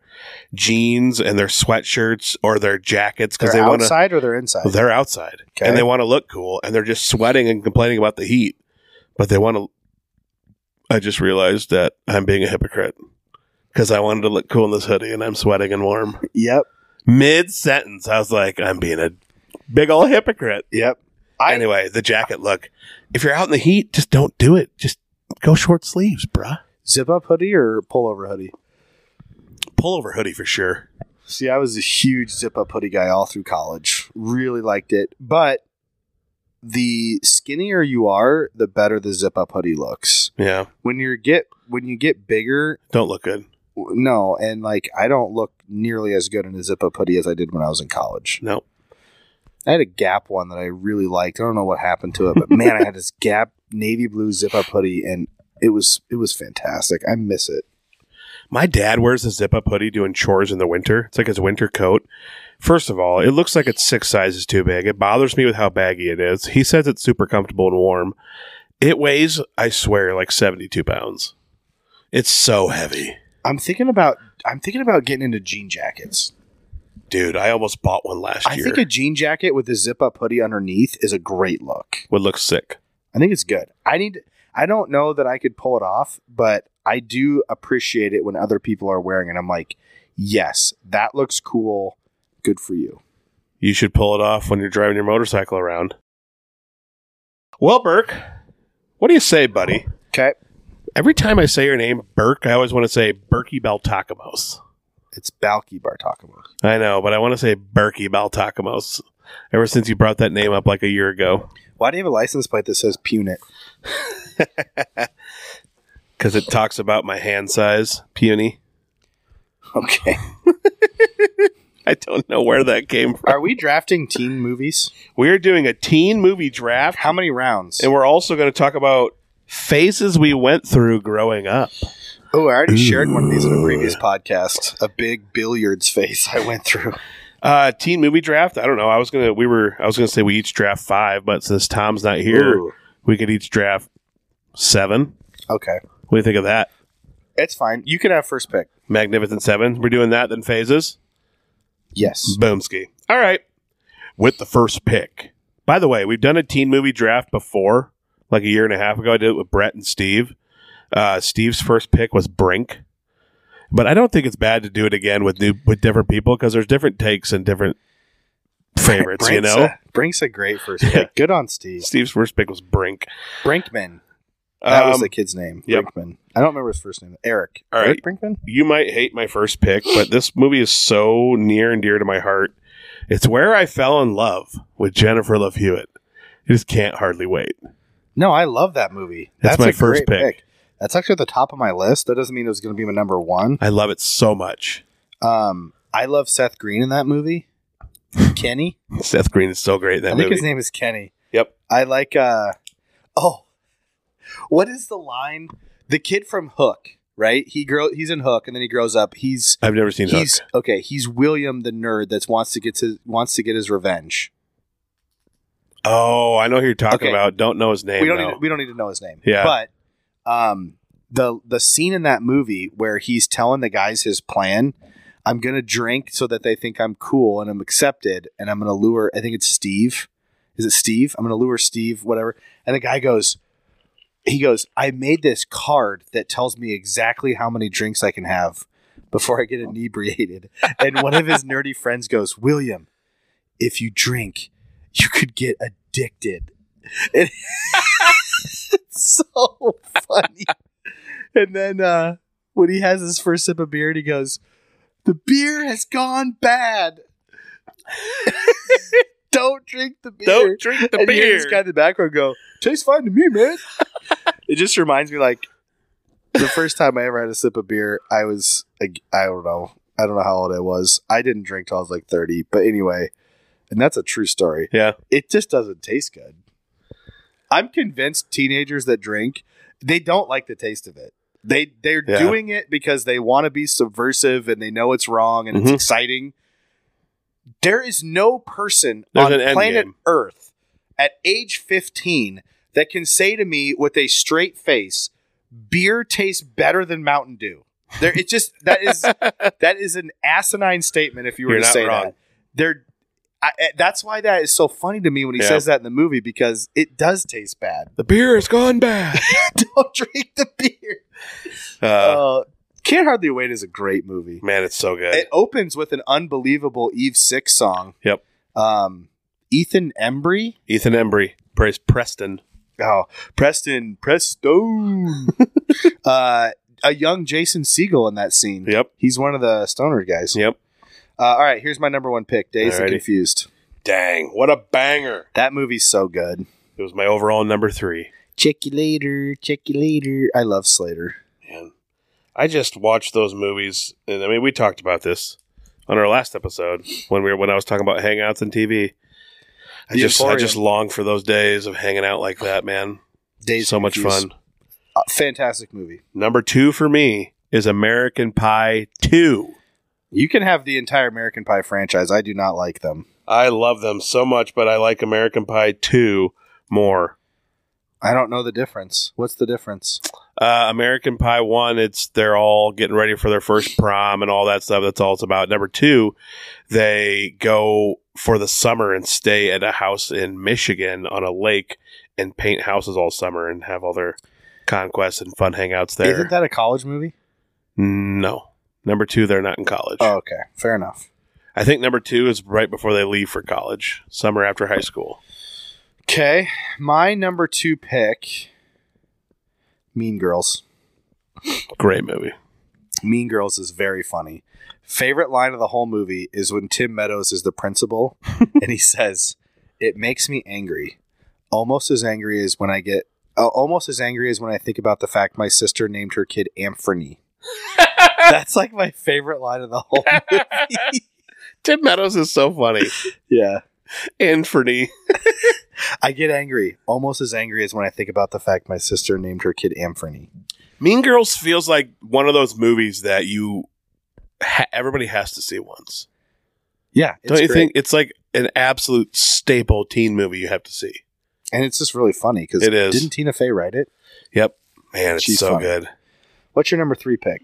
B: jeans and their sweatshirts or their jackets because
A: They're
B: they want to.
A: outside or they're inside?
B: They're outside
A: Okay.
B: and they want to look cool and they're just sweating and complaining about the heat, but they want to. I just realized that I'm being a hypocrite because I wanted to look cool in this hoodie and I'm sweating and warm
A: yep.
B: mid sentence, I was like, I'm being a big old hypocrite.
A: Yep. I-
B: anyway, the jacket look. If you're out in the heat, just don't do it. Just go short sleeves, bruh.
A: Zip up hoodie or pullover hoodie?
B: Pullover hoodie for sure.
A: See, I was a huge zip up hoodie guy all through college. Really liked it. But the skinnier you are, the better the zip up hoodie looks.
B: Yeah,
A: When you get when you get bigger
B: don't look good.
A: no, and like I don't look nearly as good in a zip up hoodie as I did when I was in college.
B: No,
A: I had a Gap one that I really liked. I don't know what happened to it, but man, I had this Gap navy blue zip up hoodie, and it was it was fantastic. I miss it.
B: my dad wears a zip up hoodie doing chores in the winter. It's like his winter coat. First of all, it looks like it's six sizes too big. It bothers me with how baggy it is. He says it's super comfortable and warm. It weighs, I swear, like seventy two pounds. It's so heavy.
A: I'm thinking about I'm thinking about getting into jean jackets.
B: Dude, I almost bought one last
A: I
B: year.
A: think a jean jacket with a zip up hoodie underneath is a great look.
B: would look sick.
A: I think it's good. I need I don't know that I could pull it off, but I do appreciate it when other people are wearing it. I'm like, yes, that looks cool. Good for you.
B: You should pull it off when you're driving your motorcycle around. Well, Burke, what do you say, buddy?
A: Okay.
B: Every time I say your name, Burke, I always want to say Berkey Baltakamos.
A: It's Balky Bartakamo.
B: I know, but I want to say Berkey Baltakamos. Ever since you brought that name up like a year ago,
A: Why do you have a license plate that says Punit?
B: because it talks about my hand size, puny.
A: Okay.
B: I don't know where that came from.
A: Are we drafting teen movies?
B: We are doing a teen movie draft,
A: How many rounds?
B: and we're also going to talk about phases we went through growing up.
A: Oh, I already shared one of these in a previous podcast. A big billiards face I went through.
B: Uh, teen movie draft. I don't know. I was gonna. We were. I was gonna say we each draft five, but since Tom's not here,
A: Ooh.
B: we could each draft seven.
A: Okay.
B: What do you think of that?
A: It's fine. You can have first pick.
B: Magnificent Seven. We're doing that, then phases. Mm,
A: Yes.
B: Boomski. All right. With the first pick. By the way, we've done a teen movie draft before, like a year and a half ago. I did it with Brett and Steve. Uh, Steve's first pick was Brink, but I don't think it's bad to do it again with new with different people because there's different takes and different favorites. you
A: Brink's
B: know,
A: A, Brink's a great first
B: Yeah.
A: pick. Good on Steve.
B: Steve's first pick was Brink.
A: Brinkman. That was
B: Um,
A: the kid's name.
B: yep.
A: Brinkman. I don't remember his first name. Eric.
B: All right.
A: Eric Brinkman?
B: you might hate my first pick, but this movie is so near and dear to my heart. It's where I fell in love with Jennifer Love Hewitt. I just can't hardly wait.
A: No, I love that movie.
B: That's my first pick.
A: That's actually at the top of my list. That doesn't mean it was going to be my number one.
B: I love it so much.
A: Um, I love Seth Green in that movie. Kenny.
B: Seth Green is so great in
A: I
B: that
A: think
B: movie.
A: his name is Kenny.
B: Yep.
A: I like uh oh what is the line? The kid from Hook, right? He grow he's in Hook and then he grows up. He's
B: I've never seen Hook.
A: he's okay, he's William the nerd that wants to get his wants to get his revenge.
B: Oh, I know who you're
A: Okay.
B: talking about. Don't know his name.
A: we don't
B: though.
A: need to, we don't need to know his name.
B: Yeah.
A: But um the the scene in that movie where he's telling the guys his plan, I'm gonna drink so that they think I'm cool and I'm accepted, and I'm gonna lure. I think it's Steve. Is it Steve? I'm gonna lure Steve, whatever. And the guy goes, he goes, I made this card that tells me exactly how many drinks I can have before I get inebriated. And one of his nerdy friends goes, William, if you drink, you could get addicted. And it's so funny. And then uh, when he has his first sip of beer, and he goes, The beer has gone bad. Don't drink the beer
B: Don't drink the
A: and You hear
B: beer.
A: this guy in the background go, "Tastes fine to me, man." it just reminds me, like the first time I ever had a sip of beer, I was like, I don't know, I don't know how old I was. I didn't drink till I was like thirty, but anyway, and that's a true story.
B: Yeah.
A: It just doesn't taste good. I'm convinced teenagers that drink, they don't like the taste of it. They they're
B: Yeah.
A: doing it because they want to be subversive and they know it's wrong and it's
B: Mhm.
A: exciting. There is no person
B: There's an
A: on
B: end
A: planet
B: game.
A: Earth at age 15 that can say to me with a straight face, beer tastes better than Mountain Dew. There it's just that is that is an asinine statement if you were
B: You're
A: to
B: not
A: say
B: wrong.
A: that. There I, I- that's why that is so funny to me when he
B: Yeah.
A: says that in the movie because it does taste bad.
B: The beer has gone bad.
A: Don't drink the beer.
B: uh,
A: Uh, Can't Hardly Wait is a great movie.
B: man, it's so good.
A: It opens with an unbelievable Eve Six song.
B: Yep.
A: Um, Ethan Embry.
B: Ethan Embry, praise Preston.
A: Oh, Preston Preston. uh, a young Jason Siegel in that scene.
B: Yep.
A: He's one of the stoner guys.
B: Yep.
A: Uh, all right, here's my number one pick, Days and
B: Alrighty.
A: Confused.
B: Dang, what a banger.
A: That movie's so good.
B: It was my overall number three.
A: Check you later, check you later. I love Slater.
B: Man, I just watched those movies, and I mean, we talked about this on our last episode when we were, when I was talking about hangouts and TV. I
A: The
B: just
A: Emporium.
B: I just long for those days of hanging out like that, man.
A: Days
B: so
A: and
B: much
A: Confused.
B: fun.
A: Uh, fantastic movie.
B: Number two for me is American Pie Two.
A: You can have the entire American Pie franchise. I do not like them.
B: I love them so much, but I like American Pie Two more.
A: I don't know the difference. What's the difference?
B: Uh, American Pie One, it's they're all getting ready for their first prom and all that stuff. That's all it's about. Number two, they go for the summer and stay at a house in Michigan on a lake and paint houses all summer and have all their conquests and fun hangouts there.
A: Isn't that a college movie?
B: no, number two, they're not in college.
A: Oh, okay. Fair enough.
B: I think number two is right before they leave for college, summer after high school.
A: Okay. My number two pick Mean Girls.
B: Great movie.
A: Mean Girls is very funny. Favorite line of the whole movie is when Tim Meadows is the principal and he says, "It makes me angry, almost as angry as when I get, uh, almost as angry as when I think about the fact my sister named her kid Amphronie." That's like my favorite line of the whole.
B: Tim Meadows is so funny.
A: yeah,
B: Anthony.
A: I get angry, almost as angry as when I think about the fact my sister named her kid Amphronie.
B: Mean Girls feels like one of those movies that you ha- everybody has to see once.
A: Yeah,
B: Don't you think it's like an absolute staple teen movie you have to see?
A: And it's just really funny because
B: It is.
A: Didn't Tina Fey write it?
B: Yep. Man, it's
A: She's
B: so
A: funny.
B: good.
A: What's your number three pick?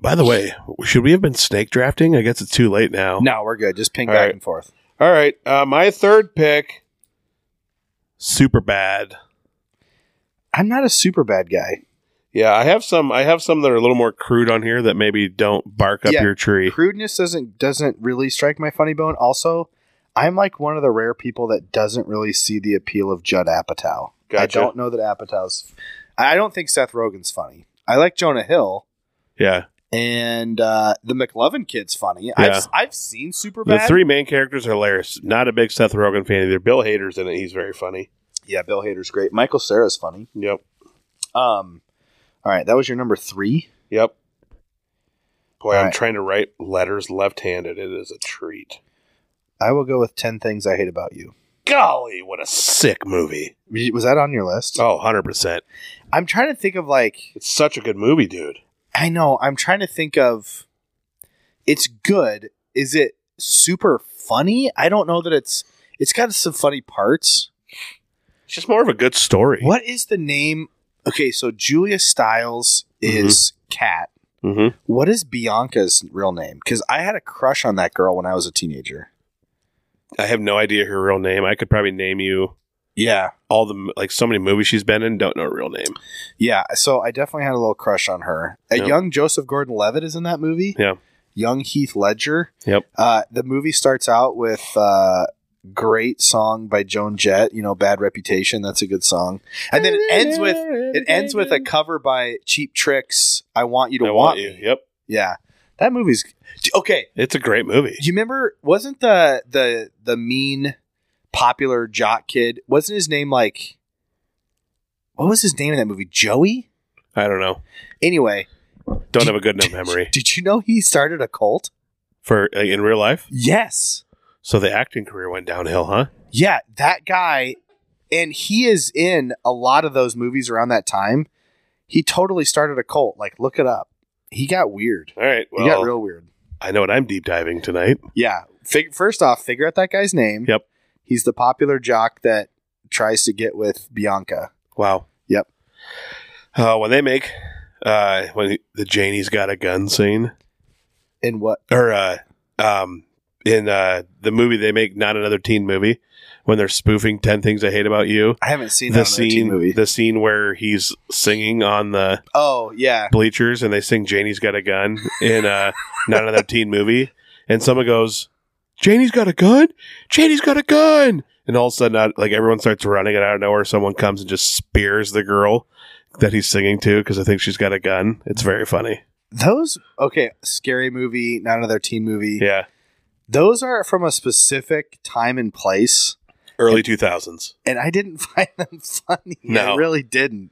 B: By the way, should we have been snake drafting? I guess it's too late now.
A: No, we're good. Just ping
B: Oh. All
A: back
B: right.
A: and forth.
B: All right. Uh, my third pick Super Bad.
A: I'm not a super bad guy.
B: Yeah, I have some I have some that are a little more crude on here that maybe don't bark up
A: Yeah.
B: your tree.
A: Crudeness doesn't doesn't really strike my funny bone. Also, I'm like one of the rare people that doesn't really see the appeal of Judd Apatow. I
B: Gotcha.
A: don't know that Apatow's. I don't think Seth Rogen's funny. I like Jonah Hill
B: Yeah.
A: and uh, the McLovin kid's funny.
B: Yeah.
A: I've I've seen Super
B: The
A: Bad.
B: three main characters are hilarious. Not a big Seth Rogen fan either. Bill Hader's in it. He's very funny.
A: yeah, Bill Hader's great. Michael Sarah's funny.
B: Yep.
A: Um, all right, that was your number three.
B: Yep. Boy, I'm
A: Alright.
B: trying to write letters left-handed. It is a treat.
A: I will go with ten things I hate about you.
B: Golly, what a sick movie.
A: Was that on your list?
B: Oh, 100%.
A: I'm trying to think of like
B: It's such a good movie, dude.
A: I know. I'm trying to think of. It's good. Is it super funny? I don't know that it's. It's got some funny parts.
B: It's just more of a good story.
A: What is the name? Okay, so Julia Stiles is Cat.
B: Mm-hmm.
A: What is Bianca's real name? Because I had a crush on that girl when I was a teenager.
B: I have no idea her real name. I could probably name you
A: Yeah,
B: all the m- like so many movies she's been in. Don't know her real name.
A: yeah. So I definitely had a little crush on her. A
B: Yeah.
A: young Joseph Gordon-Levitt is in that movie.
B: Yeah.
A: Young Heath Ledger.
B: Yep.
A: Uh, the movie starts out with uh, great song by Joan Jett. You know, "Bad Reputation." That's a good song, and then it ends with it ends with a cover by Cheap Tricks. I want you to
B: I
A: want,
B: want you.
A: me.
B: Yep,
A: Yeah, that movie's okay.
B: it's a great movie.
A: Do you remember? Wasn't the the the mean popular jock kid? Wasn't his name like? What was his name in that movie? Joey.
B: I don't know.
A: Anyway,
B: Don't
A: Did-
B: have a good enough memory
A: Did you know he started a cult?
B: for like, in real life.
A: Yes.
B: So the acting career went downhill, huh?
A: Yeah, that guy, and he is in a lot of those movies around that time. He totally started a cult. Like, look it up. He got weird.
B: All right.
A: he got
B: Well,
A: real weird.
B: I know what I'm deep diving tonight.
A: Yeah. Fig- first off, figure out that guy's name.
B: Yep.
A: He's the popular jock that tries to get with Bianca.
B: Wow.
A: Yep.
B: Uh, when they make uh, when the Janie's got a gun scene,
A: And what?
B: or uh, um, in uh, the movie they make not another teen movie when they're spoofing Ten Things I Hate About You.
A: I haven't seen
B: the
A: that on a teen
B: scene,
A: movie.
B: the scene where he's singing on the
A: oh yeah,
B: bleachers and they sing "Janie's Got a Gun" in uh, not another teen movie, and someone goes, "Janie's got a gun! Janie's got a gun!" And all of a sudden, out, like everyone starts running, and out of nowhere, someone comes and just spears the girl that he's singing to because I think she's got a gun. It's very funny.
A: those okay. Scary movie, not another teen movie.
B: Yeah,
A: Those are from a specific time and place.
B: early two thousands.
A: and I didn't find them funny.
B: No.
A: I really didn't.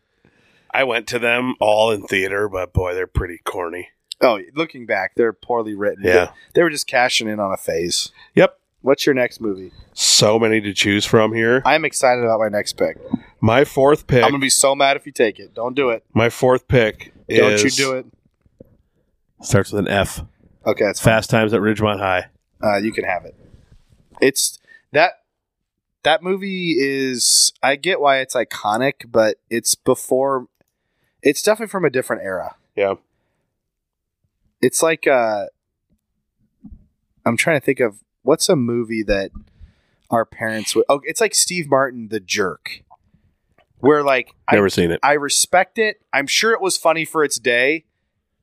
B: I went to them all in theater, but boy, they're pretty corny.
A: Oh, looking back, they're poorly written.
B: Yeah.
A: They were just cashing in on a phase.
B: Yep.
A: What's your next movie?
B: So many to choose from here.
A: I'm excited about my next pick.
B: My fourth pick.
A: I'm gonna be so mad if you take it. Don't do it.
B: My fourth pick is.
A: Don't you do it.
B: Starts with an F.
A: Okay, that's fine.
B: Fast Times at Ridgemont High.
A: Uh, you can have it. It's that that movie is. I get why it's iconic, but it's before. It's definitely from a different era.
B: Yeah.
A: it's like uh I'm trying to think of what's a movie that our parents would Oh, it's like Steve Martin the jerk. Where like I,
B: Never seen it.
A: I respect it. I'm sure it was funny for its day.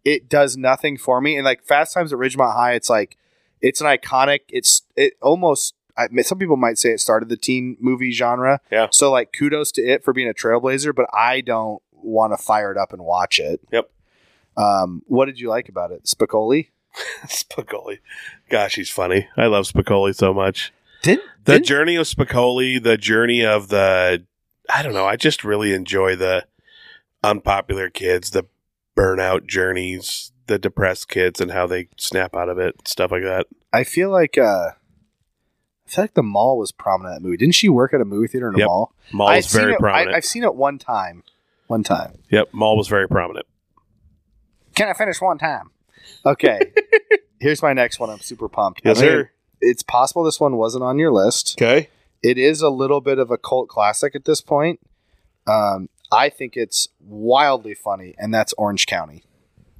A: It does nothing for me. And like Fast Times at Ridgemont High, it's like it's an iconic. It's it almost I, some people might say it started the teen movie genre.
B: Yeah.
A: So like kudos to it for being a trailblazer, but I don't want to fire it up and watch it.
B: Yep.
A: Um, what did you like about it? Spicoli?
B: Spicoli. Gosh, he's funny. I love Spicoli so much.
A: Did
B: The
A: did
B: journey of Spicoli, the journey of the I don't know, I just really enjoy the unpopular kids, the burnout journeys, the depressed kids and how they snap out of it, stuff like that.
A: I feel like uh, I feel like the mall was prominent in that movie. Didn't she work at a movie theater in a
B: Yep.
A: mall?
B: Maul
A: I've
B: was
A: seen
B: very
A: it,
B: prominent.
A: I, I've seen it one time. One time.
B: yep, Maul was very prominent.
A: Can I finish one time? Okay. Here's my next one. I'm super pumped. I
B: Yes,
A: mean,
B: sir.
A: It's possible this one wasn't on your list.
B: Okay.
A: It is a little bit of a cult classic at this point. Um, I think it's wildly funny, and that's Orange County.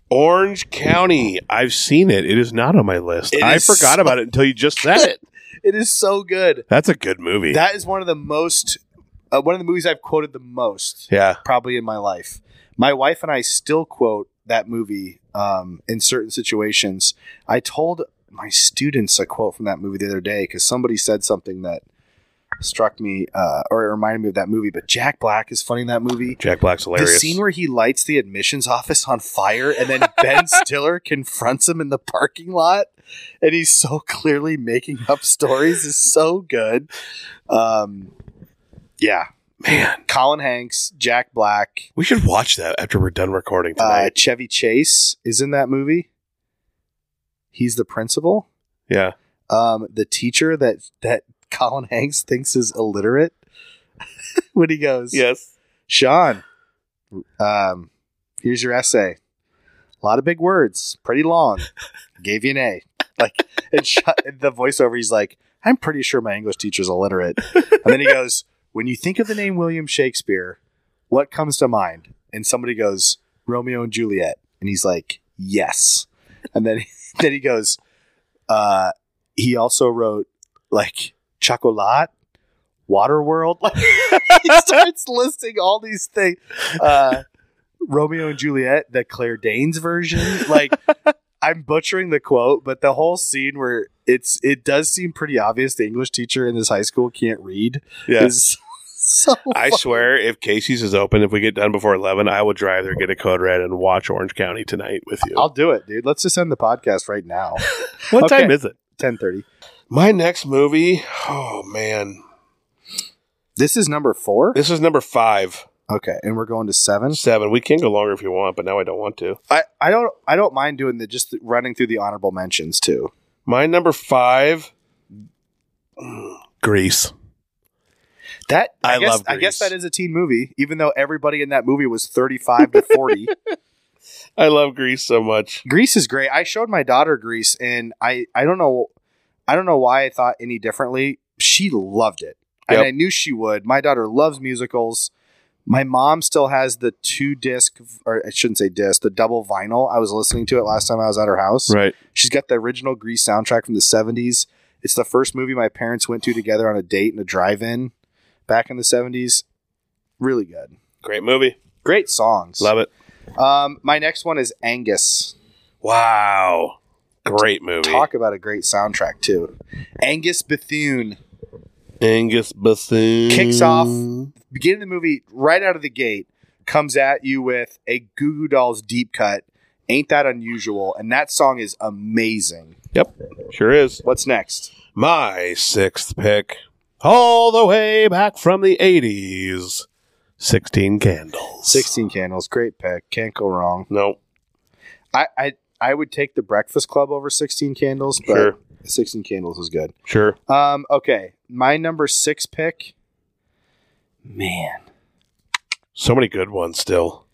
B: Orange County. I've seen it. It is not on my list.
A: It
B: I
A: is
B: forgot
A: so-
B: about it until you just said it.
A: It is so good.
B: That's a good movie.
A: That is one of the most, uh, one of the movies I've quoted the most
B: yeah.
A: probably in my life. My wife and I still quote that movie um, in certain situations. I told my students a quote from that movie the other day because somebody said something that struck me uh, or it reminded me of that movie. But Jack Black is funny in that movie.
B: Jack Black's hilarious.
A: The scene where he lights the admissions office on fire and then Ben Stiller confronts him in the parking lot and he's so clearly making up stories is so good. Um, yeah.
B: Man,
A: Colin Hanks, Jack Black,
B: we should watch that after we're done recording
A: uh,
B: tonight.
A: Chevy Chase is in that movie. He's the principal.
B: yeah.
A: Um, the teacher that that Colin Hanks thinks is illiterate when he goes,
B: Yes.
A: Sean, um, here's your essay. A lot of big words, pretty long. Gave you an A. Like, and Sh- and the voiceover, he's like, I'm pretty sure my English teacher's illiterate. And then he goes, When you think of the name William Shakespeare, what comes to mind? And somebody goes, Romeo and Juliet. And he's like, Yes. And then, then he goes, uh, He also wrote, like, Chocolat, Waterworld. Like, he starts listing all these things. Uh, Romeo and Juliet, the Claire Danes version. Like, I'm butchering the quote, but the whole scene where it's it does seem pretty obvious the English teacher in this high school can't read
B: Yeah.
A: is so.
B: I swear, if Casey's is open, if we get done before 11, I will drive there, get a code red, and watch Orange County tonight with you.
A: I'll do it, dude. Let's just end the podcast right now.
B: what
A: okay.
B: time is it?
A: Ten thirty.
B: My next movie. Oh, man.
A: This is number four.
B: This is number five,
A: Okay, and we're going to seven.
B: seven. We can go longer if you want, but now I don't want to.
A: I, I don't I don't mind doing the just running through the honorable mentions too.
B: My number five, Greece.
A: That I,
B: I
A: guess,
B: love
A: I guess
B: Grease.
A: that is a teen movie, even though everybody in that movie was 35 to 40.
B: I love Greece so much.
A: Grease is great. I showed my daughter Grease, and I I don't know I don't know why I thought any differently. She loved it, and
B: Yep.
A: I knew she would. My daughter loves musicals. My mom still has the two disc, or I shouldn't say disc, the double vinyl. I was listening to it last time I was at her house.
B: Right.
A: She's got the original Grease soundtrack from the 70s. It's the first movie my parents went to together on a date and a drive in back in the 70s. Really good.
B: Great movie.
A: Great songs.
B: Love it.
A: Um, my next one is Angus.
B: Wow. Great movie.
A: Talk about a great soundtrack, too. Angus Bethune.
B: Angus Bethune.
A: Kicks off. Beginning of the movie, right out of the gate, comes at you with a Goo Goo Dolls deep cut. Ain't that unusual? And that song is amazing.
B: Sure is.
A: What's next?
B: My sixth pick, all the way back from the 80s 16 Candles.
A: 16 Candles. Great pick. Can't go wrong.
B: No,
A: I, I I would take the Breakfast Club over sixteen candles, but
B: sure,
A: sixteen candles is good.
B: sure.
A: Um, okay, my number six pick. Man,
B: So many good ones still.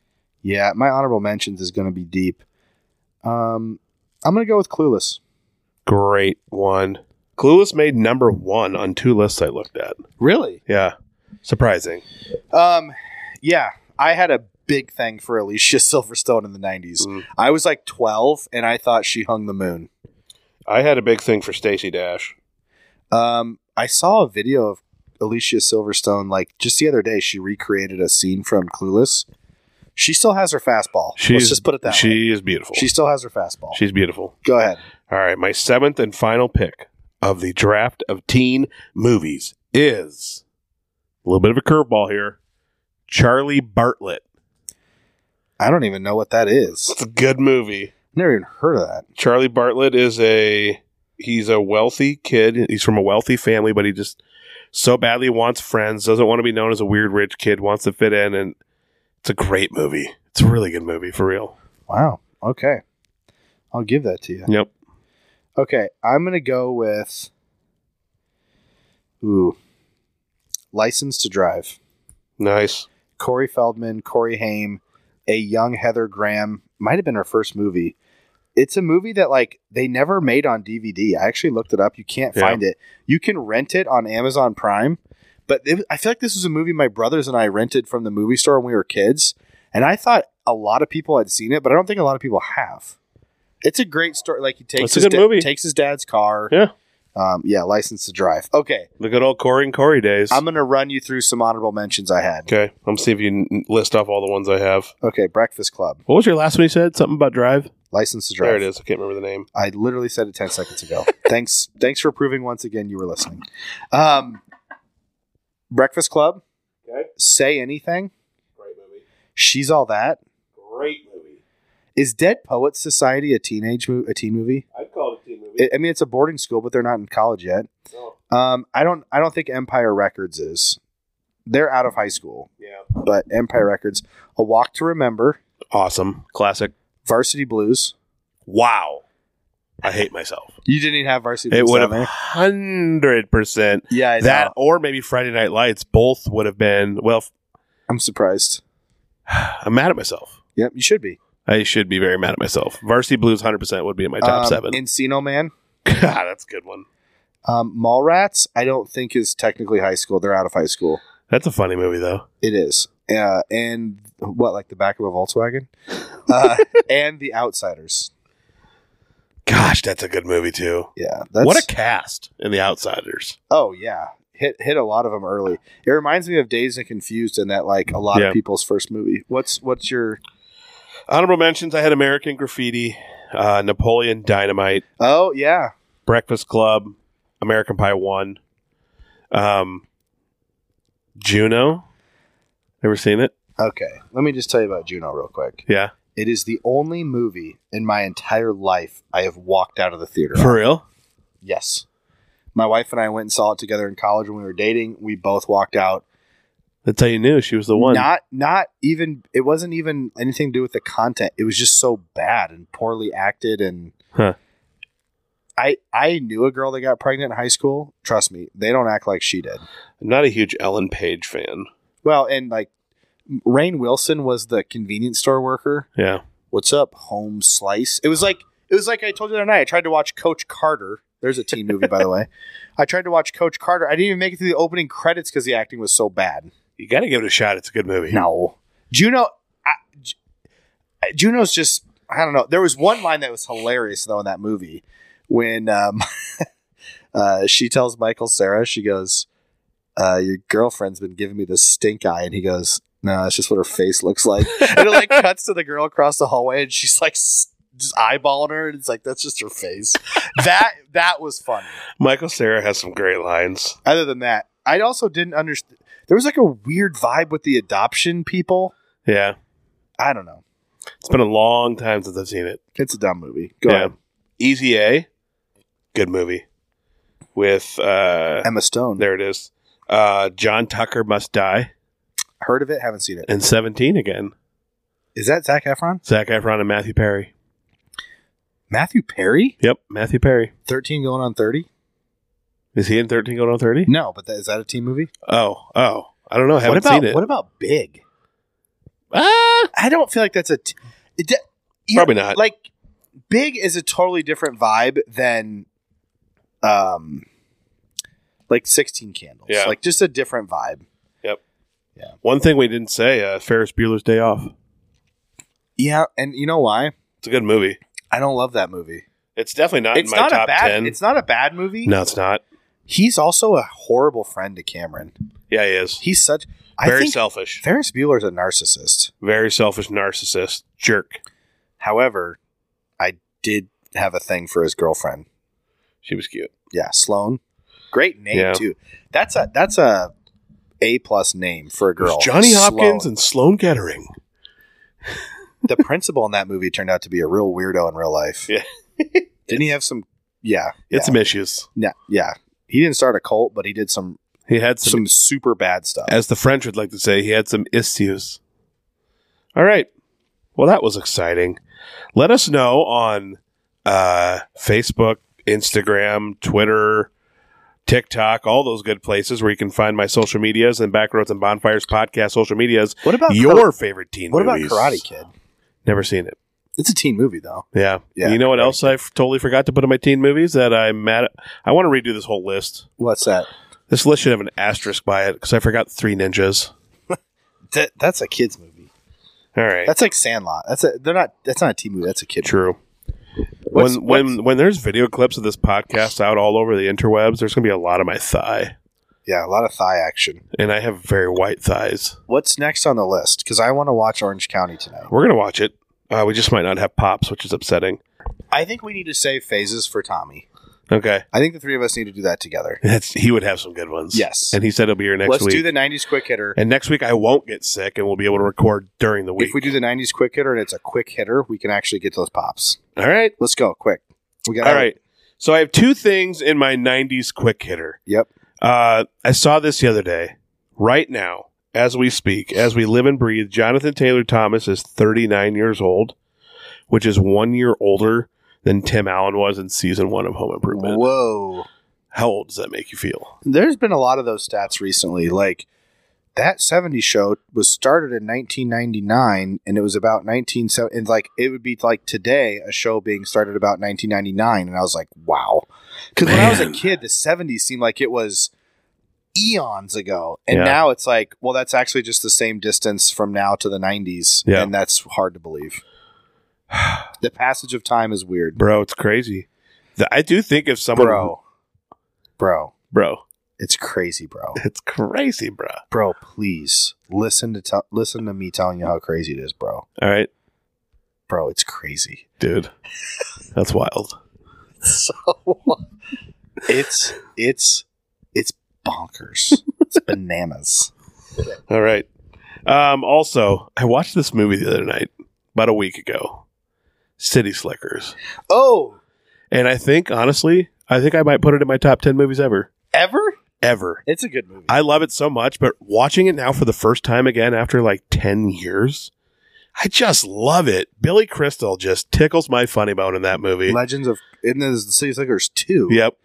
A: yeah, my honorable mentions is going to be deep. Um, I'm going to go with Clueless.
B: Great one. Clueless made number one on two lists I looked at.
A: Really?
B: Yeah. Surprising.
A: Um, yeah, I had a big thing for Alicia Silverstone in the '90s.
B: Mm.
A: I was like 12, and I thought she hung the moon.
B: I had a big thing for Stacy Dash.
A: Um, I saw a video of Alicia Silverstone like just the other day. She recreated a scene from Clueless. She still has her fastball.
B: She's-
A: Let's just put it that way.
B: She is beautiful.
A: She still has her fastball.
B: She's beautiful.
A: Go ahead.
B: All right. My seventh and final pick of the draft of teen movies is a little bit of a curveball here Charlie Bartlett.
A: I don't even know what that is.
B: It's a good movie.
A: Never even heard of that.
B: Charlie Bartlett is a he's a wealthy kid. He's from a wealthy family, but he just so badly wants friends, doesn't want to be known as a weird rich kid, wants to fit in, and it's a great movie. It's a really good movie for real.
A: Wow. Okay. I'll give that to you.
B: Yep.
A: Okay, I'm gonna go with. Ooh. License to Drive.
B: Nice.
A: Corey Feldman, Corey Haim, a young Heather Graham. Might have been her first movie. It's a movie that like they never made on DVD. I actually looked it up. You can't
B: Yeah.
A: find it. You can rent it on Amazon Prime, but it, I feel like this was a movie my brothers and I rented from the movie store when we were kids, and I thought a lot of people had seen it, but I don't think a lot of people have. It's a great story. Like he takes
B: It's a
A: his
B: good movie.
A: takes his dad's car.
B: Yeah.
A: um, yeah. License to drive. Okay,
B: The good old Corey and Corey days.
A: I'm gonna run you through some honorable mentions I had.
B: okay. I'm see if you can list off all the ones I have.
A: Okay, Breakfast Club.
B: What was your last one you said? Something about Drive?
A: License to drive.
B: There it is. I can't remember the name.
A: I literally said it 10 seconds ago. thanks thanks for proving once again you were listening. Um, Breakfast Club,
B: Okay.
A: Say Anything,
B: Great movie.
A: She's All That.
B: Great movie.
A: Is Dead Poets Society a teenage mo- a teen movie?
B: I'd call it a teen movie.
A: I- I mean, it's a boarding school, but they're not in college yet. Um, I don't I don't think Empire Records is. They're out of high school,
B: yeah.
A: but Empire Records, A Walk to Remember,
B: Awesome. Classic.
A: Varsity Blues.
B: Wow. I hate myself.
A: You didn't even have Varsity
B: It
A: Blues.
B: would
A: down there.
B: have 100%.
A: Yeah, I
B: That
A: know.
B: or maybe Friday Night Lights both would have been, well, f-
A: I'm surprised.
B: I'm mad at myself.
A: Yep, you should be.
B: I should be very mad at myself. Varsity Blues 100% would be in my top
A: Um,
B: seven.
A: Encino Man.
B: God, that's a good one.
A: Um, Mallrats, I don't think is technically high school. They're out of high school.
B: That's a funny movie, though.
A: It is. Uh, and what, like the back of a Volkswagen? Uh, and The Outsiders.
B: Gosh, that's a good movie, too.
A: Yeah. That's,
B: what a cast in The Outsiders.
A: oh, yeah. Hit, hit a lot of them early. It reminds me of Days and Confused and that like a lot
B: Yeah.
A: of people's first movie. What's what's your
B: Honorable mentions I had American Graffiti, uh, Napoleon Dynamite,
A: oh yeah
B: Breakfast Club, American Pie 1, um, Juno. Ever seen it?
A: okay? Let me just tell you about Juno real quick.
B: Yeah.
A: It is the only movie in my entire life I have walked out of the theater. on.
B: For real?
A: Yes. My wife and I went and saw it together in college when we were dating. We both walked out.
B: That's how you knew she was the one.
A: Not not even it wasn't even anything to do with the content. It was just so bad and poorly acted and
B: Huh.
A: I I knew a girl that got pregnant in high school. Trust me, they don't act like she did.
B: I'm not a huge Ellen Page fan.
A: Well, and like Rain Wilson was the convenience store worker.
B: Yeah.
A: What's up, home slice? It was like it was like I told you the other night. I tried to watch Coach Carter. There's a teen movie, by the way. I tried to watch Coach Carter. I didn't even make it through the opening credits because the acting was so bad.
B: You got to give it a shot. It's a good movie.
A: No, Juno. I, Ju- Juno's just I don't know. There was one line that was hilarious though in that movie when um, uh, she tells Michael Sarah she goes, uh, "Your girlfriend's been giving me this stink eye," and he goes, "No, that's just what her face looks like." and it like cuts to the girl across the hallway, and she's like. s- Just eyeballing her, and it's like that's just her face. that that was funny.
B: Michael Sarah has some great lines.
A: Other than that, I also didn't understand. There was like a weird vibe with the adoption people.
B: Yeah.
A: I don't know.
B: It's been a long time since I've seen it.
A: It's a dumb movie. Go
B: yeah.
A: ahead.
B: Easy A. Good movie. With, uh,
A: Emma Stone.
B: there it is. Uh, John Tucker Must Die
A: Heard of it? Haven't seen it.
B: and 17 again.
A: Is that Zach Efron?
B: Zach Efron and Matthew Perry.
A: Matthew Perry?
B: Yep. Matthew Perry.
A: 13 going on 30?
B: Is he in 13 going on 30?
A: No, but that, is that a teen movie?
B: Oh, oh. I don't know. I haven't
A: what about,
B: seen it.
A: What about Big?
B: Ah!
A: I don't feel like that's a. T- it d- you-
B: Probably not.
A: Like, Big is a totally different vibe than, um, like 16 Candles.
B: Yeah.
A: Like, just a different vibe.
B: One thing we didn't say uh, Ferris Bueller's Day Off.
A: Yeah. And you know why?
B: It's a good movie.
A: I don't love that movie.
B: It's definitely not
A: it's
B: in my
A: not
B: top
A: a bad.
B: 10.
A: It's not a bad movie.
B: no, it's not.
A: He's also a horrible friend to Cameron.
B: Yeah, he is.
A: He's such. I
B: Very
A: think
B: selfish.
A: Ferris Bueller's a narcissist.
B: Very selfish narcissist. Jerk.
A: However, I did have a thing for his girlfriend.
B: She was cute.
A: Yeah, Sloan. Great name
B: Yeah.
A: too. That's a that's a A plus name for a girl.
B: It was Johnny Hopkins
A: Sloan.
B: and Sloan Kettering.
A: the principal in that movie turned out to be a real weirdo in real life.
B: Yeah.
A: Didn't he have some? Yeah. yeah,
B: It's some issues.
A: yeah. Yeah. He didn't start a cult, but he did some
B: He had some,
A: some super bad stuff.
B: as the French would like to say, he had some issues. All right. Well, that was exciting. Let us know on uh, Facebook, Instagram, Twitter, TikTok, all those good places where you can find my social medias and Backroads and Bonfires podcast social medias.
A: What about
B: Your
A: Kar-
B: favorite teen
A: what
B: movies.
A: about Karate Kid?
B: Never seen it.
A: It's a teen movie though.
B: Yeah.
A: Yeah,
B: you know what
A: Karate
B: else I f- totally forgot to put in my teen movies that I'm mad at? I want to redo this whole list.
A: What's that?
B: This list should have an asterisk by it because I forgot Three Ninjas.
A: That that's a kids movie.
B: All right.
A: That's like Sandlot. That's a they're not. That's not a teen movie. That's a kid.
B: True.
A: What's-
B: when when when there's video clips of this podcast out all over the interwebs, there's gonna be a lot of my thigh,
A: movie. Yeah, a lot of thigh action.
B: and I have very white thighs.
A: What's next on the list? Because I want to watch Orange County tonight.
B: We're gonna watch it. Uh, we just might not have pops, which is upsetting.
A: I think we need to save phases for Tommy.
B: Okay,
A: I think the three of us need to do that together.
B: That's, he would have some good ones.
A: Yes.
B: and he said he'll be here next
A: Let's
B: week.
A: do the '90s quick hitter.
B: and next week I won't get sick, and we'll be able to record during the week.
A: If we do the '90s quick hitter and it's a quick hitter, we can actually get those pops.
B: all right,
A: Let's go quick. We got
B: all right. So I have two things in my '90s quick hitter.
A: Yep.
B: Uh, I saw this the other day. Right now, as we speak, as we live and breathe, Jonathan Taylor Thomas is 39 years old, which is one year older than Tim Allen was in season one of Home Improvement.
A: Whoa.
B: How old does that make you feel?
A: There's been a lot of those stats recently. Like that '70s show was started in 1999, and it was about 1970. And like it would be like today, a show being started about 1999, and I was like, wow. Because when I was a
B: Man.
A: kid, the '70s seemed like it was eons ago, and
B: Yeah.
A: now it's like, well, that's actually just the same distance from now to the '90s,
B: Yeah.
A: and that's hard to believe. the passage of time is weird,
B: Bro, it's crazy. Th- I do think if someone.
A: bro. Bro,
B: Bro,
A: it's crazy, bro.
B: it's crazy, bro.
A: bro please listen to tell listen to me telling you how crazy it is bro
B: All right,
A: bro it's crazy
B: dude. That's wild.
A: so it's it's it's bonkers it's bananas
B: All right. Um, also, I watched this movie the other night, about a week ago City Slickers.
A: oh
B: And I think, honestly, I think I might put it in my top 10 movies ever.
A: ever
B: Ever.
A: it's a good movie
B: I love it so much, but watching it now for the first time again after like 10 years, I just love it. Billy Crystal just tickles my funny bone in that movie.
A: legends of in the city slickers 2
B: Yep.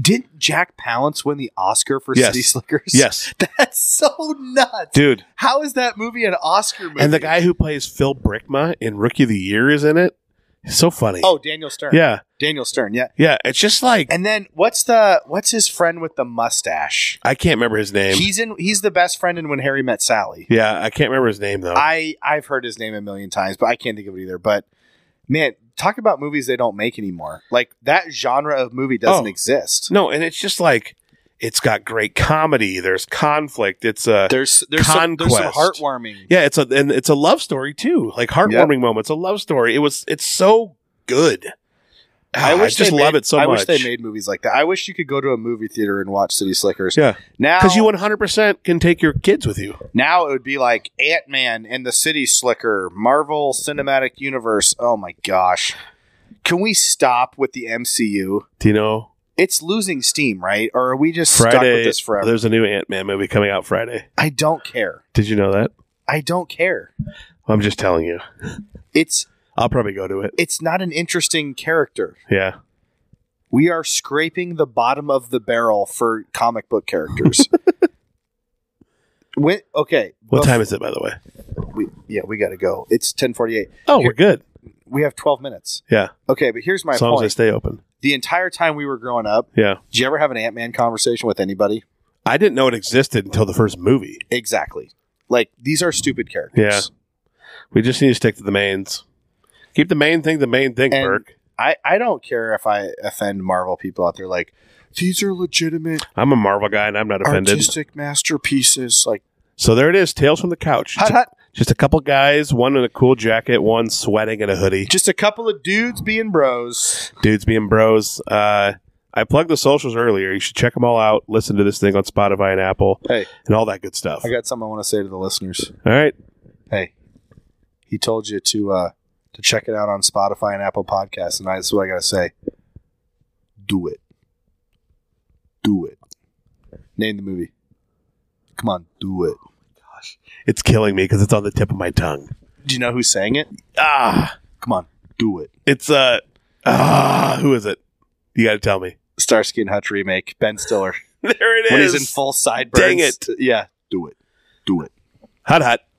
A: didn't jack palance win the oscar for
B: Yes.
A: city slickers
B: Yes.
A: that's so nuts
B: Dude.
A: how is that movie an oscar movie
B: And the guy who plays Phil Brickma in Rookie of the Year is in it. It's so funny.
A: oh daniel stern
B: yeah.
A: daniel stern yeah
B: Yeah. It's just like,
A: and then what's the what's his friend with the mustache
B: I can't remember his name.
A: He's in. He's the best friend in When Harry Met Sally.
B: yeah. I can't remember his name though.
A: I I've heard his name a million times, but I can't think of it either. But man, talk about movies they don't make anymore. Like that genre of movie doesn't
B: Oh.
A: exist.
B: no. And it's just like, it's got great comedy. There's conflict. It's a.
A: There's there's some, there's some
B: Conquest.
A: heartwarming.
B: Yeah, it's a and it's a love story too. Like heartwarming moments, a love story. It was it's so good. Ah, I, just
A: they
B: love
A: made-
B: it so
A: I
B: much.
A: wish they made movies like that. I wish you could go to a movie theater and watch City Slickers.
B: Yeah.
A: Now,
B: because you 100% can take your kids with you.
A: now it would be like Ant Man and the City Slicker, Marvel Cinematic Universe. Oh my gosh. Can we stop with the MCU?
B: Do you know
A: It's losing steam, right? Or are we just stuck
B: Friday?
A: with this forever?
B: There's a new Ant Man movie coming out Friday.
A: I don't care.
B: Did you know that?
A: I don't care.
B: I'm just telling you.
A: It's
B: I'll probably go to it.
A: it's not an interesting character.
B: Yeah,
A: We are scraping the bottom of the barrel for comic book characters. when, okay.
B: what
A: bef-
B: time is it by the way?
A: we, yeah, we got to go. It's 10:48.
B: Oh, we're good.
A: We have 12 minutes.
B: Yeah,
A: Okay, but here's my
B: as long as I
A: point.
B: stay open.
A: The entire time we were growing up,
B: Yeah,
A: did you ever have an Ant-Man conversation with anybody?
B: I didn't know it existed until the first movie.
A: Exactly. Like these are stupid characters.
B: We just need to stick to the mains. Keep the main thing the main thing,
A: And-
B: Burke.
A: I I don't care if I offend Marvel people out there like these are legitimate
B: I'm a Marvel guy and I'm not offended.
A: artistic masterpieces like
B: So there it is, Tales from the Couch.
A: Hut, hut.
B: Just a couple guys, one in a cool jacket, one sweating in a hoodie.
A: Just a couple of dudes being bros.
B: Dudes being bros. Uh, I plugged the socials earlier. You should check them all out. Listen to this thing on Spotify and Apple
A: Hey,
B: and all that good stuff.
A: I got something I want to say to the listeners.
B: all right.
A: Hey, He told you to uh, to check it out on Spotify and Apple Podcasts, and I, that's what I gotta say. Do it. Do it. Name the movie. Come on, do it.
B: It's killing me because it's on the tip of my tongue.
A: Do you know who sang it?
B: Ah,
A: Come on, do it.
B: it's uh, ah, who is it? You got to tell me.
A: Starsky and Hutch remake. Ben Stiller
B: There it is.
A: when he's in full sideburns.
B: Dang it.
A: Yeah, do it. Do it.
B: Hot, hot.